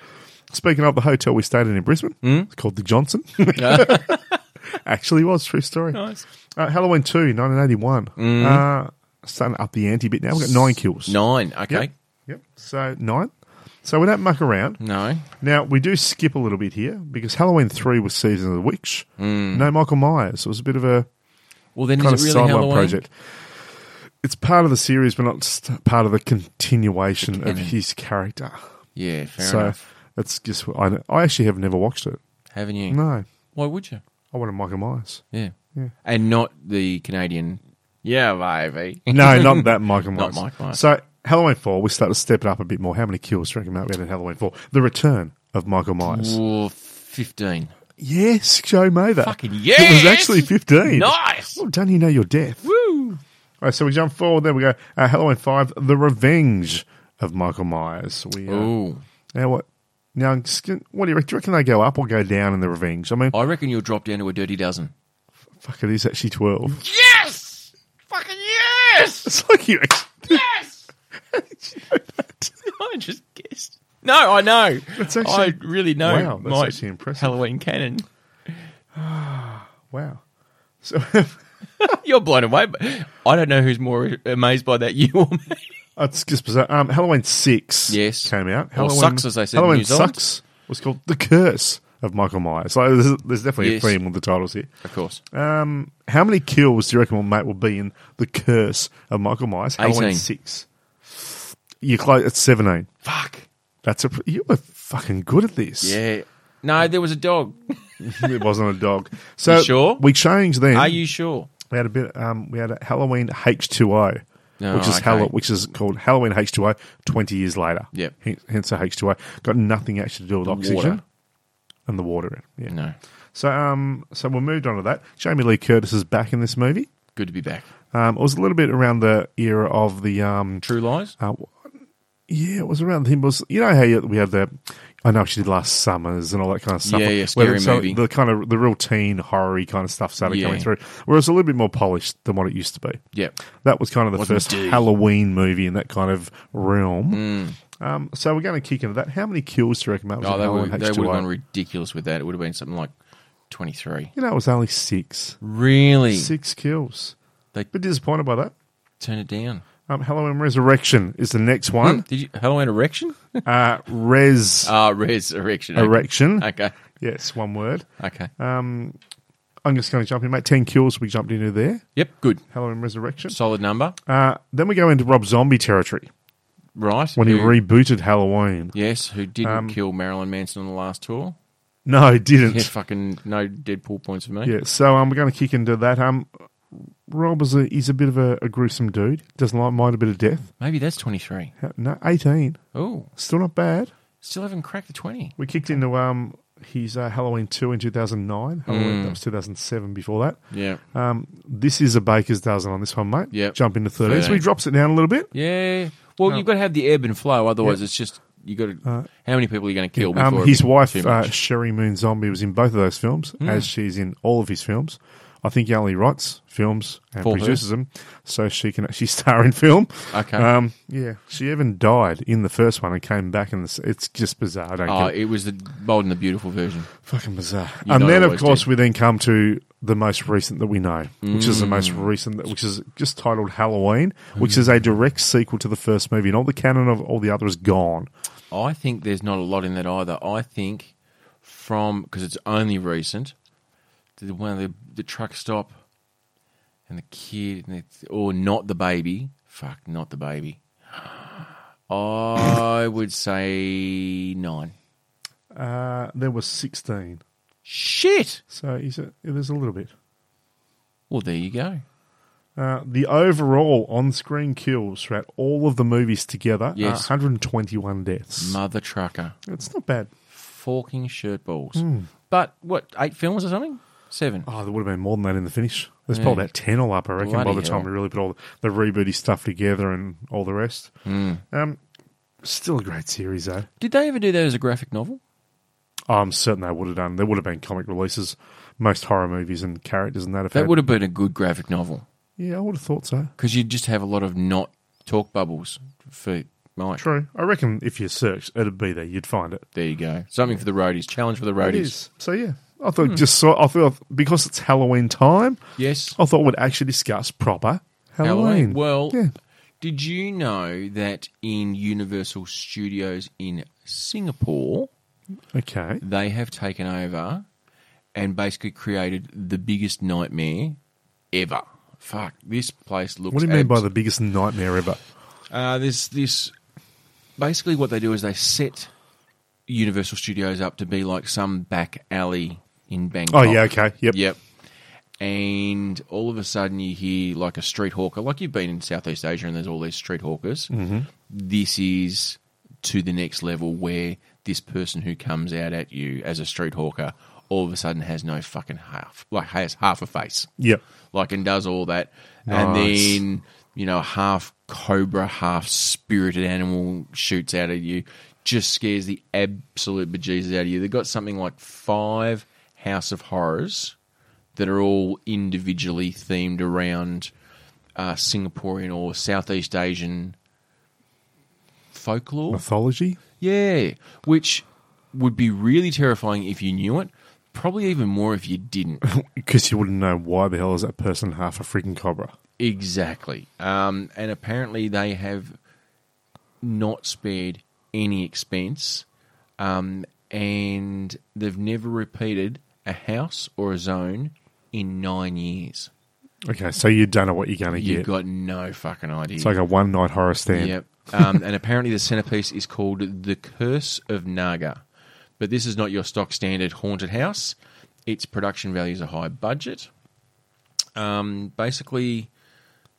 [laughs] Speaking of the hotel we stayed in in Brisbane, it's called the Johnson. [laughs] Actually was, true story. Nice. Hmm. Uh, Halloween 2, 1981. Uh, starting to up the ante a bit now. We've got nine kills. Nine. Okay. Yep. Yep. So nine. So we don't muck around. No. Now we do skip a little bit here because Halloween three was season of the witch. No Michael Myers. It was a bit of a Well, then kind is of it Mm. really sideline Halloween? project. It's part of the series, but not st- part of the continuation of Canon. his character. Yeah, fair so enough. that's just what I, I actually have never watched it. Haven't you? No, Why would you? I wanted Michael [laughs] Myers. Yeah. And not the Canadian. Yeah, baby. No, not [laughs] that Michael Not Myers. Mike Myers. So Halloween four, we start to step it up a bit more. How many kills do you reckon that we had in Halloween four? The return of Michael Myers. Or 15. Yes, Joe Mather. Fucking It yes! was actually 15. Nice! Well done, you know your death. Woo! All right, so we jump forward. There we go. Uh, Halloween 5, The Revenge of Michael Myers. We, uh, Ooh. Now what? Now, I'm just gonna- what do you reckon? Do you reckon they go up or go down in The Revenge? I mean, I reckon you'll drop down to a dirty dozen. fuck, it is actually [laughs] 12. Yes! Fucking yes! It's like you actually... Yes! [laughs] I just guessed. No, I know. That's actually- I really know. Wow, that's my actually impressive. Halloween canon. [laughs] Wow. So [laughs] You're blown away. But I don't know who's more amazed by that, [laughs] you or me. it's just bizarre. Um, Halloween 6 Yes. came out. Or sucks, as they said in Halloween New Zealand. Sucks was called The Curse of Michael Myers. Like, there's, there's definitely Yes. a theme with the titles here. Of course. Um, how many kills do you reckon, mate, will be in the curse of Michael Myers? Halloween 18. six. You're close at seventeen. [laughs] Fuck. That's a pr- you were fucking good at this. Yeah. No, there was a dog. [laughs] it wasn't a dog. So You sure? we changed then. Are you sure? We had a bit. Um, we had a Halloween H two O, Oh, which is okay. Hall- which is called Halloween H two O. Twenty years later. Yep. Hen- Hence the H two O got nothing actually to do with oxygen water. Mm. and the water. Yeah. No. So um, so we moved on to that. Jamie Lee Curtis is back in this movie. Good to be back. Um, it was a little bit around the era of the um, True lies. uh, yeah, it was around him. Was you know how you, we had the I know she did last summers and all that kind of stuff. Yeah, yeah, Where scary so movie. The kind of the real teen horror kind of stuff started Yeah. coming through, where it's a little bit more polished than what it used to be. Yep. That was kind of the Wasn't first deep. Halloween movie in that kind of realm. Um, so we're going to kick into that. How many kills do you reckon that was? Mm. Oh, in they, were, Halloween they would have H2O? gone ridiculous with that. It would have been something like 23. you know, it was only six, Really? six kills. Hmm. They- bit disappointed by that. Turn it down. Um, Halloween Resurrection is the next [laughs] one. Did you, Halloween erection? Uh, res [laughs] Ah, res erection. Okay. erection. Okay. Yes, one word. Okay. I'm just going to jump in, mate. 10 kills we jumped into there. yep. Good. Halloween Resurrection. Solid number. Uh, then we go into Rob Zombie territory Right. when he um, Who- rebooted Halloween. Yes, who didn't kill Marilyn Manson on the last tour. No, he didn't. Yeah, fucking no Deadpool points for me. Yeah, so um, we're going to kick into that. Um, Rob is a, he's a bit of a, a gruesome dude. Doesn't like mind a bit of death. Maybe that's 23. Uh, No, 18. Oh, Still not bad. still haven't cracked the 20. We kicked into um, his uh, Halloween 2 in 2009. Mm. Halloween, That was 2007 before that. Yeah. Um, this is a baker's dozen on this one, mate. Yep. Jump into 13. So he Thirteen. drops it down a little bit. Yeah. um, Well, you've got to have the ebb and flow. Otherwise, it's just you got to. how many people are you going to kill? Before Uh, Um, it his becomes wife, too uh, much? Hmm. Sherry Moon Zombie, was in both of those films, as she's in all of his films. I think he only writes films and For her. produces them, so she can actually [laughs] star in film. Okay. Um, yeah, she even died in the first one and came back, and it's just bizarre. I don't oh, get it. it was the Bold and the Beautiful version. Fucking bizarre. You And know then, it of always course, did. we then come to the most recent that we know, which is the most Mm. recent, that, which is just titled Halloween, which is a direct sequel to the first movie, and all the canon of all the other is gone. I think there's not a lot in that either. I think from because it's only recent. The one the the truck stop, and the kid, and it's, or not the baby. Fuck, not the baby. [gasps] I would say nine. Uh, there was 16. Shit. So is it, there's a little bit. Well, there you go. Uh, the overall on-screen kills throughout all of the movies together Yes. are 121 deaths. Mother trucker, It's not bad. forking shirt balls. But what eight films or something? Seven. Oh, there would have been more than that in the finish. There's probably about 10 all up, I reckon, by Bloody the time hell. we really put all the rebooty stuff together and all the rest. Hmm. Um, still a great series, though. Did they ever do that as a graphic novel? I'm certain they would have done. There would have been comic releases. Most horror movies and characters and that have That had- would have been a good graphic novel. Yeah, I would have thought so. because you'd just have a lot of not talk bubbles for Mike. True. I reckon if you searched, it'd be there. You'd find it. There you go. Something for the roadies. Challenge for the It roadies. is. So, yeah. I Hmm. thought just so I thought because it's Halloween time, Yes. I thought we'd actually discuss proper Oh, Halloween. Well, yeah. did you know that in Universal Studios in Singapore, okay, they have taken over and basically created the biggest nightmare ever? Fuck, this place looks. what do you mean by abs- the biggest nightmare ever? Uh, this this basically what they do is they set Universal Studios up to be like some back alley in Oh Bangkok. yeah, okay, yep, Yep. And all of a sudden, you hear like a street hawker, like you've been in Southeast Asia, and there's all these street hawkers. Mm-hmm. This is to the next level where this person who comes out at you as a street hawker all of a sudden has no fucking half, like has half a face yep. like and does all that, and Nice. then you know half cobra, half spirited animal shoots out of you, just scares the absolute bejesus out of you. They've got something like five House of Horrors that are all individually themed around uh, Singaporean or Southeast Asian folklore. Mythology. Yeah, which would be really terrifying if you knew it. Probably even more if you didn't. Because you wouldn't know why the hell is that person half a freaking cobra. Exactly. Um, and apparently they have not spared any expense, um, and they've never repeated a house or a zone in nine years. Okay, so you don't know what you're going to You've get. got no fucking idea. it's like a one night horror stand. Yep. Um, and apparently, the centerpiece is called The Curse of Naga. But this is not your stock standard haunted house. Its production values are high budget. Um, basically,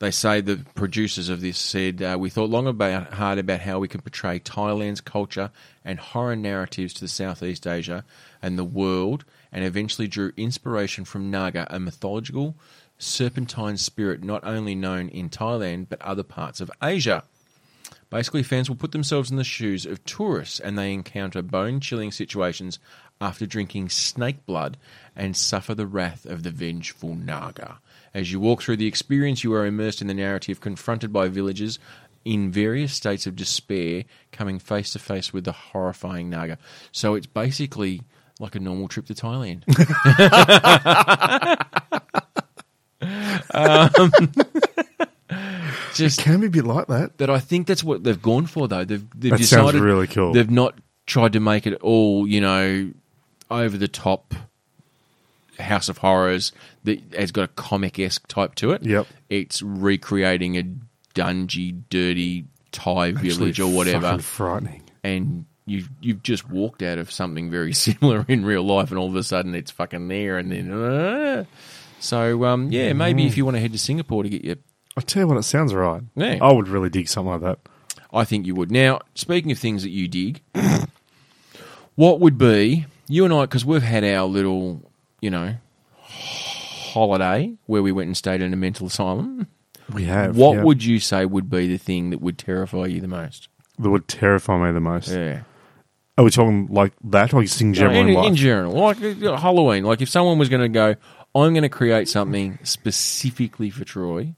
they say the producers of this said, uh, We thought long about, hard about how we can portray Thailand's culture and horror narratives to the Southeast Asia and the world, and eventually drew inspiration from Naga, a mythological serpentine spirit not only known in Thailand but other parts of Asia. Basically, fans will put themselves in the shoes of tourists and they encounter bone chilling situations after drinking snake blood and suffer the wrath of the vengeful Naga. As you walk through the experience, you are immersed in the narrative, confronted by villagers in various states of despair, coming face to face with the horrifying Naga. So it's basically like a normal trip to Thailand. [laughs] Um, [laughs] just Can be a bit like that. that I think that's what they've gone for though. They've, they've That sounds decided really cool. They've not tried to make it all you know over the top House of Horrors that has got a comic esque type to it. Yep. it's recreating a dungy, dirty Thai village or Actually whatever, fucking frightening. and you you've just walked out of something very [laughs] similar in real life, and all of a sudden it's fucking there, and then. uh, so um, yeah, Mm. maybe if you want to head to Singapore to get your I tell you what, it sounds right. Yeah. I would really dig something like that. I think you would. Now, speaking of things that you dig, [coughs] what would be you and I? Because we've had our little, you know, holiday where we went and stayed in a mental asylum. We have. What yeah. would you say would be the thing that would terrify you the most? that would terrify me the most? Yeah, Are we talking like that, or just in general Uh, in, in life? in general, like uh, Halloween. Like if someone was going to go, I'm going to create something specifically for Troy.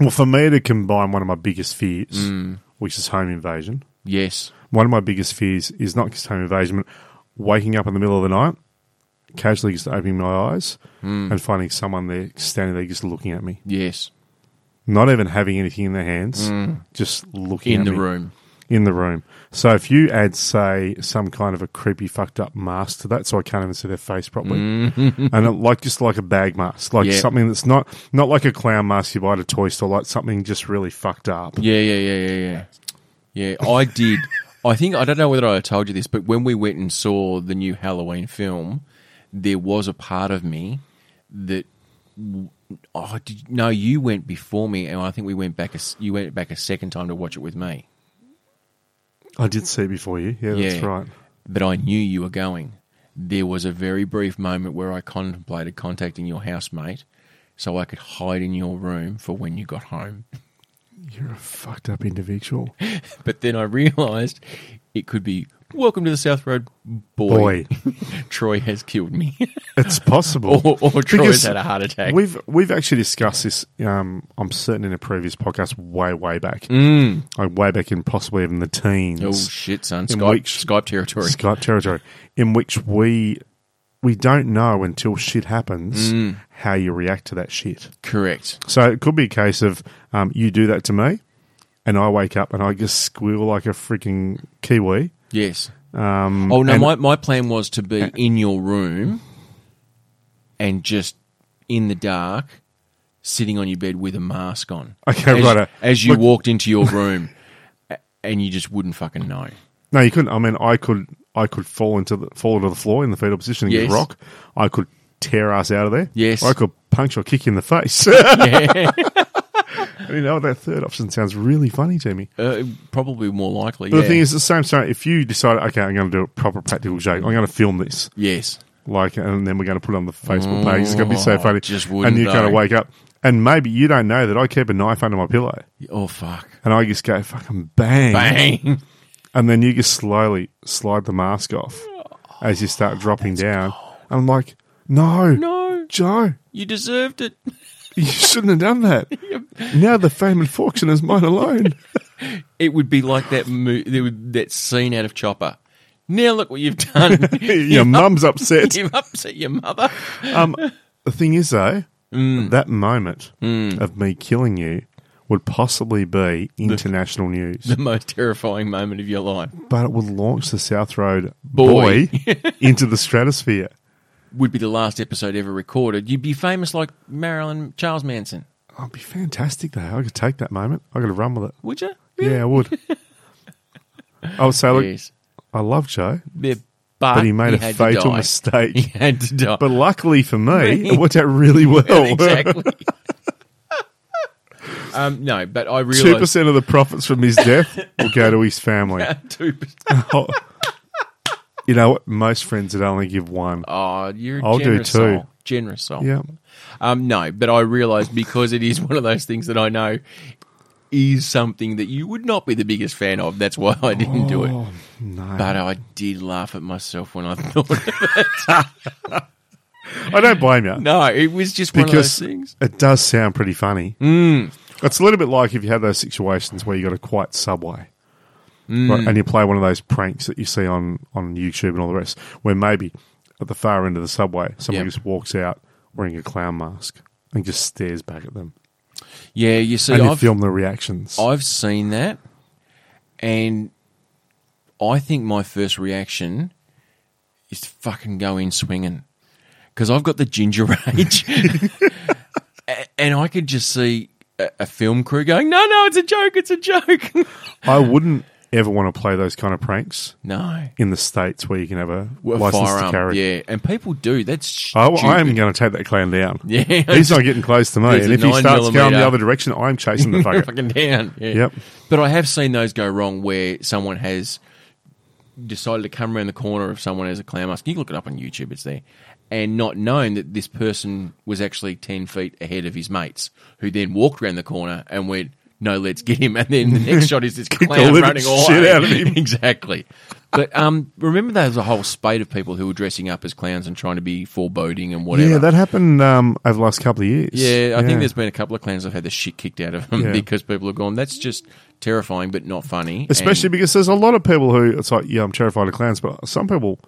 well, for me to combine one of my biggest fears, Mm. which is home invasion. Yes, One of my biggest fears is not just home invasion, but waking up in the middle of the night, casually just opening my eyes Mm. and finding someone there standing there just looking at me, yes, not even having anything in their hands, just looking Mm. in at the me. room. in the room. So if you add, say, some kind of a creepy, fucked up mask to that, so I can't even see their face properly, and it, like just like a bag mask, like Mm. Yeah. something that's not not like a clown mask you buy at a toy store, like something just really fucked up. Yeah, yeah, yeah, yeah, yeah. Yeah, I did. I think I don't know whether I told you this, but when we went and saw the new Halloween film, there was a part of me that. Oh, did, no, you went before me, and I think we went back. A, s- you went back a second time to watch it with me. I did see it before you. Yeah, that's Yeah. right. But I knew you were going. There was a very brief moment where I contemplated contacting your housemate, so I could hide in your room for when you got home. You're a fucked up individual, But then I realised it could be welcome to the South Road, boy. boy. [laughs] Troy has killed me, [laughs] it's possible. or, or Troy's Because had a heart attack. We've we've actually discussed this. Um, I'm certain in a previous podcast, way way back, Mm. like way back in possibly even the teens. Oh shit, son! In Skype, which- Skype territory. Skype territory, in which we we don't know until shit happens Mm. how you react to that shit. Correct. So it could be a case of um, you do that to me, and I wake up and I just squeal like a freaking kiwi. Yes. Um, Oh no, and- my, my plan was to be in your room and just in the dark, sitting on your bed with a mask on. [laughs] Okay, as, righto. As you Look- walked into your room, [laughs] a- and you just wouldn't fucking know. No, you couldn't. I mean, I could, I could fall into the fall to the floor in the fetal position and Yes. get a rock. I could tear ass out of there. Yes. Or I could punch or kick you in the face. [laughs] Yeah, you know that third option sounds really funny to me. uh, probably more likely. But yeah. the thing is, the same story. If you decide, okay, I'm going to do a proper practical joke. I'm going to film this, yes, like, and then we're going to put it on the Facebook page. It's going to be so Oh, funny. just wouldn't and you're going they? to wake up, and maybe you don't know that I keep a knife under my pillow, oh fuck, and I just go fucking bang, bang. [laughs] and then you just slowly slide the mask off as you start dropping down. And I'm like, no, No, Joe, you deserved it. you shouldn't have done [laughs] that. now the fame and fortune is mine [laughs] alone. It would be like that mo- there would- that scene out of Chopper. Now look what you've done. [laughs] [laughs] Your mum's [laughs] upset. You've upset your mother. Um, the thing is, though, that moment of me killing you would possibly be international news, The most terrifying moment of your life but it would launch the South Road Boy. boy, [laughs] into the stratosphere. would be the last episode ever recorded. You'd be famous like Marilyn Charles Manson, Oh, it'd be fantastic, though. I could take that moment. I could run with it. would you? Yeah, I would. I would say, look, Yes. I love Joe, Yeah, but he made a had to fatal die. [laughs] He mistake. had to die. But luckily for me, it worked out really well. [laughs] exactly. um, no, but [laughs] I Two realised percent of the profits from his death will go to his [laughs] family. two percent. Oh. you know what? Most friends would only give one. Oh, you're a I'll do generous too. soul. Generous soul. Yeah. Um, no, but I realise because it is one of those things that I know is something that you would not be the biggest fan of. That's why I didn't do Oh. it. No. But I did laugh at myself when I [laughs] thought of it. I don't blame you. No, it was just one of those Because things. Mm. it does sound pretty funny. It's a little bit like if you had those situations where you got a quiet subway Mm. right, and you play one of those pranks that you see on, on YouTube and all the rest, where maybe at the far end of the subway, someone Yep. just walks out wearing a clown mask and just stares back at them. Yeah, you see, and you I've, film the reactions. I've seen that, and I think my first reaction is to fucking go in swinging because I've got the ginger [laughs] rage, A- and I could just see a, a film crew going, "No, no, it's a joke, it's a joke." [laughs] I wouldn't ever want to play those kind of pranks no, in the States where you can have a Well, license to firearm, carry. yeah, and people do. That's stupid. Oh, I am going to take that clan down. [laughs] Yeah. he's not getting close to me. There's And a if he nine starts going millimeter. the other direction, I'm chasing the fucker. [laughs] fucking down. Yeah. Yep. But I have seen those go wrong where someone has decided to come around the corner of someone as a clown mask. You can look it up on YouTube, it's there. And not knowing that this person was actually 10 feet ahead of his mates, who then walked around the corner and went, no, let's get him. [laughs] And then the next shot is this clown living running all shit over. out of him. [laughs] exactly. But um, remember, there was a whole spate of people who were dressing up as clowns and trying to be foreboding and whatever. yeah, that happened um, over the last couple of years. Yeah, I think there's been a couple of clans that have had the shit kicked out of them Yeah. [laughs] because people have gone, that's just terrifying but not funny. especially And- because there's a lot of people who it's like, yeah, I'm terrified of clowns, but some people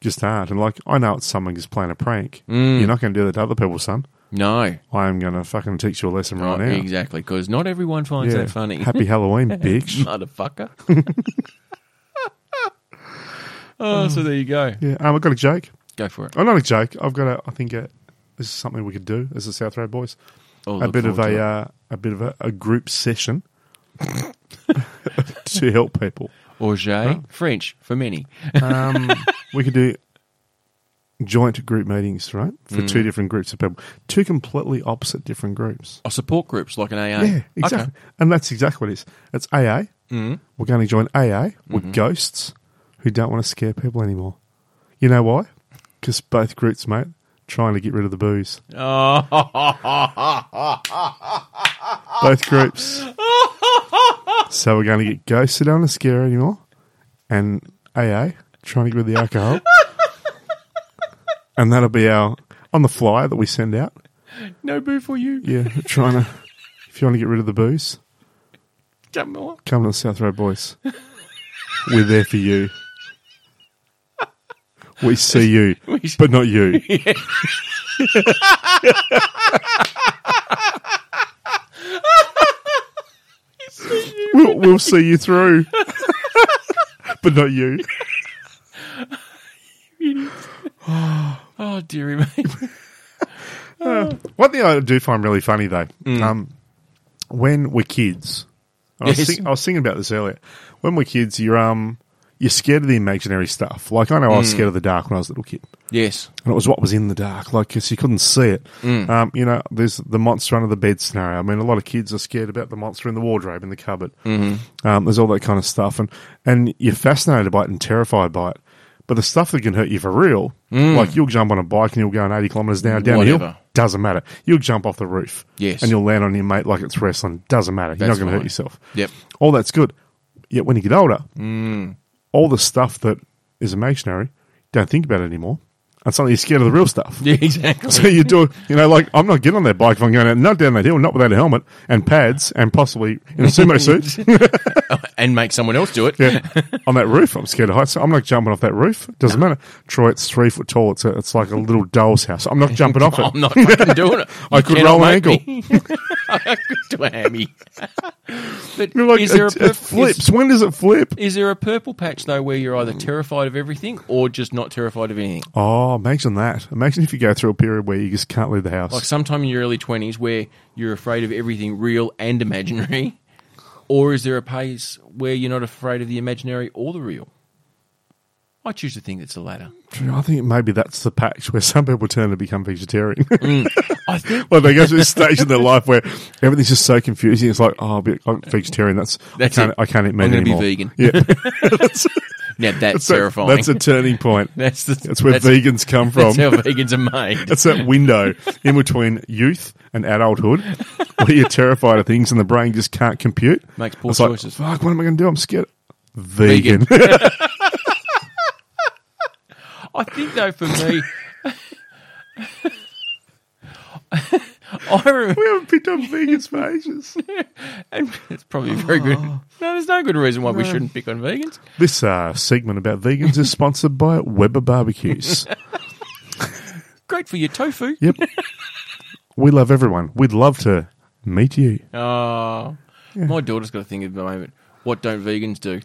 just aren't. And like, I know it's someone just playing a prank. Mm. You're not going to do that to other people, son. no. I am going to fucking teach you a lesson Right, right, now. Exactly, because not everyone finds Yeah. Oh, that funny. [laughs] Happy Halloween, bitch. [laughs] Motherfucker. [laughs] oh, so there you go. yeah, um, I've got a joke. Go for it. Oh, not a joke. I've got a. I think a, this is something we could do as the South Road Boys. Oh, a look bit of forward a to it. uh, a bit of a, a group [laughs] session [laughs] to help people. Auger, French for many. Um, we could do joint group meetings, right, for two different groups of people, two completely opposite different groups. Or Oh, support groups like an AA. Yeah, exactly. Okay. And that's exactly what it is. It's AA. Mm. Mm-hmm. We're going to join AA. We're ghosts who don't want to scare people anymore. You know why? Because both groups, mate, trying to get rid of the [laughs] booze. both groups. so we're going to get ghosts who don't want to scare anymore, and AA trying to get rid of the alcohol, and that'll be our on the flyer that we send out. No boo for you. Yeah, trying to if you want to get rid of the booze, Come on. come to the South Road Boys. We're there for you. We see [laughs] you, see- but not [laughs] you. [laughs] we'll, we'll see you through, [laughs] but not you. Oh, dearie me. [laughs] One thing I do find really funny though, Mm. um, when we're kids, I was, Yes. think- I was thinking about this earlier. When we're kids, you're um, you're scared of the imaginary stuff. Like I know Mm. I was scared of the dark when I was a little kid, Yes. and it was what was in the dark, like 'cause you couldn't see it. Mm. Um, you know, there's the monster under the bed scenario. I mean, a lot of kids are scared about the monster in the wardrobe, in the cupboard. Mm-hmm. Um, there's all that kind of stuff, and and you're fascinated by it and terrified by it. But the stuff that can hurt you for real, like you'll jump on a bike and you'll go on 80 kilometres an hour down a hill, Mm. Whatever. doesn't matter. You'll jump off the roof. Yes. And you'll land on your mate like it's wrestling. Doesn't matter. You're That's not going to hurt fine. yourself. Yep. [laughs] All that's good. Yet when you get older, Mm. all the stuff that is imaginary, don't think about it anymore. And suddenly you're scared of the real stuff. Yeah, [laughs] exactly. So you do, you know, like I'm not getting on that bike if I'm going out, not down that hill, not without a helmet and pads and possibly in a [laughs] sumo suit and make someone else do it. yeah, on that roof. I'm scared of heights. I'm not jumping off that roof. Doesn't matter. Troy, it's three foot tall. It's a, it's like a little doll's house. [laughs] I'm not jumping off it. I'm not fucking doing it. [laughs] I You could cannot roll an make me. [laughs] I could do a [laughs] hammy. But You're like, is there a it, purp- it flips. Mm. when does it flip? Is, is there a purple patch though where you're either terrified of everything or just not terrified of anything? Oh, imagine that. Imagine if you go through a period where you just can't leave the house. Like sometime in your early twenties where you're afraid of everything real and imaginary, [laughs] or is there a pace where you're not afraid of the imaginary or the real? I choose to think it's the latter. I think maybe that's the patch where [laughs] some people turn to become vegetarian. [laughs] I think like they go through this stage in their life where everything's just so confusing. It's like, oh, I'll be, I'm vegetarian. That's, That's I can't, it. I can't eat meat I'm gonna be anymore. vegan. [laughs] Yeah, now that's, a- terrifying. [laughs] that's a turning point. That's the- that's where that's- vegans come from. [laughs] [laughs] That's how vegans are made. It's that window in between youth and adulthood where you're terrified of things and the brain just can't compute. Makes poor It's like, choices. Fuck, what am I going to do? I'm scared. Vegan. [laughs] I think though for me, [laughs] I remember, we haven't picked up [laughs] vegans for ages. and it's probably very Oh. good. No, there's no good reason why we shouldn't pick on vegans. This uh, segment about vegans is sponsored by Weber [laughs] Barbecues. Great for your tofu. Yep. We love everyone. We'd love to meet you. Oh, my daughter's got a thing at the moment. What don't vegans do?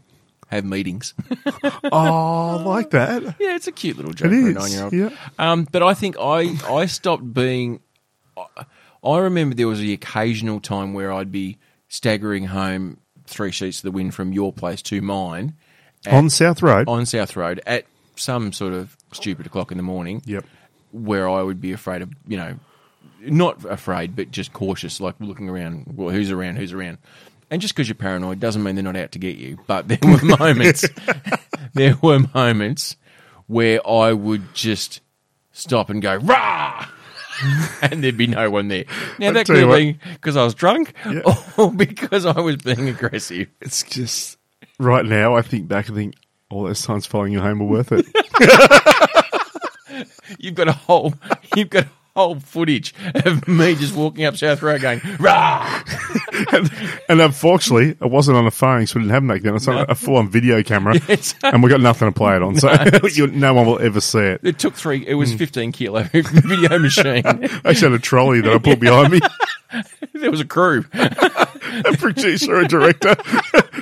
Have meetings. [laughs] Oh, I like that. [laughs] yeah, it's a cute little joke It for a is. nine-year-old. Yeah. Um, but I think I I stopped being. I- I remember there was the occasional time where I'd be staggering home three sheets of the wind from your place to mine, On South Road. on South Road at some sort of stupid o'clock in the morning. Yep. Where I would be afraid of, you know, not afraid, but just cautious, like looking around, well, who's around, who's around. And just because you're paranoid doesn't mean they're not out to get you. But there [laughs] were moments, [laughs] there were moments where I would just stop and go, rah! [laughs] And there'd be no one there. Now, I'll that tell could you have what. been because I was drunk Yeah. [laughs] or because I was being aggressive. It's just right now. I think back and think all those times following you home were worth it. [laughs] You've got a whole [laughs] you've got whole footage of me just walking up South Road going, Rah! and, and unfortunately, it wasn't on a phone, so we didn't have that then. It's on a full on video [laughs] camera, Yes. and we got nothing to play it on, so you, [laughs] no one will ever see it. [laughs] It took three it Hmm. was fifteen kilo [laughs] video machine. I actually had a trolley that I put behind me, [laughs] there was a crew. a producer, a [laughs] director,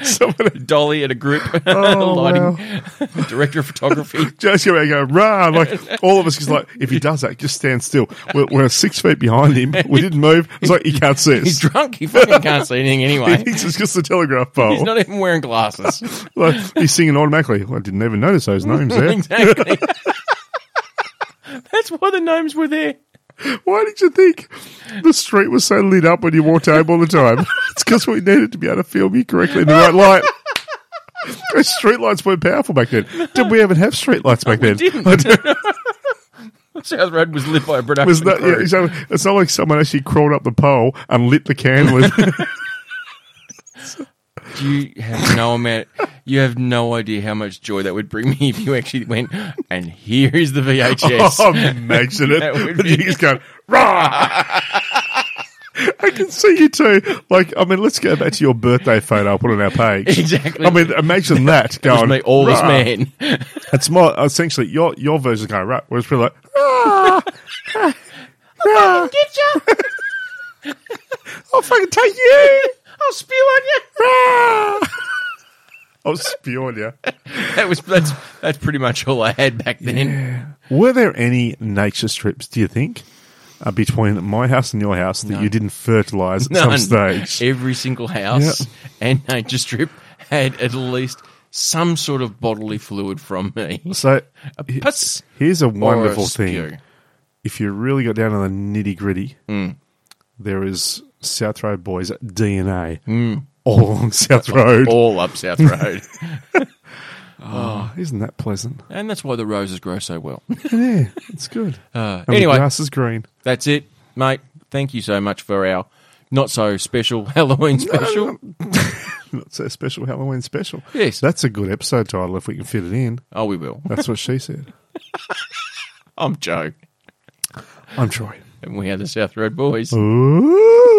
someone. Dolly and a [laughs] grip, Oh, lighting, [laughs] director of photography. Just go, go, rah! Like, all of us, just like, if he does that, just stand still. We're, we're six feet behind [laughs] him. We didn't move. It's like, he can't see [laughs] He's us. drunk, he fucking can't see anything He [laughs] anyway. thinks it's just the telegraph pole. He's not even wearing glasses. [laughs] Like, he's singing automatically. Well, I didn't even notice those names [laughs] there. exactly. That's why the gnomes were there. Why did you think the street was so lit up when you walked home all the [laughs] time? It's because we needed to be able to film you correctly in the right light. Those street lights weren't powerful back then. Did we even have street lights back then? [laughs] didn't. I don't- [laughs] South Road was lit by a production it's, not, yeah, crew. it's not- it's not like someone actually crawled up the pole and lit the candle. [laughs] You have no amount. You have no idea how much joy that would bring me if you actually went. And here is the VHS. [laughs] oh, imagine That it. would And you be- just go, rah! I can see you too. Like, I mean, let's go back to your birthday photo. I'll put on our page. [laughs] [laughs] Exactly. I mean, imagine that It was going. me, all this "Rah." man. [laughs] It's more essentially your your version of going right. Whereas people are like, [laughs] I'll get you. [laughs] I'll fucking take you. I'll spew on you. Rah. [laughs] I'll spew on you. That was that's that's pretty much all I had back then. Were there any nature strips? Do you think? Uh, between my house and your house, that you didn't fertilise at some None. [laughs] stage. Every single house and nature strip had at least some sort of bodily fluid from me. So A piss here's a or a wonderful spew. thing. If you really got down to the nitty gritty, Hmm. there is South Road Boys DNA all along South Road. Hmm. All up [laughs] South Road. Oh, Isn't that pleasant? and that's why the roses grow so well. Yeah, it's good. [laughs] Uh, And anyway, the grass is green. [laughs] that's it, mate. Thank you so much for our not so special [laughs] Halloween special. Not so special Halloween special. Yes. that's a good episode title if we can fit it in. Oh, we will. That's what she said. I'm Joe. I'm Troy. Oh. And we are the South Road Boys. Ooh.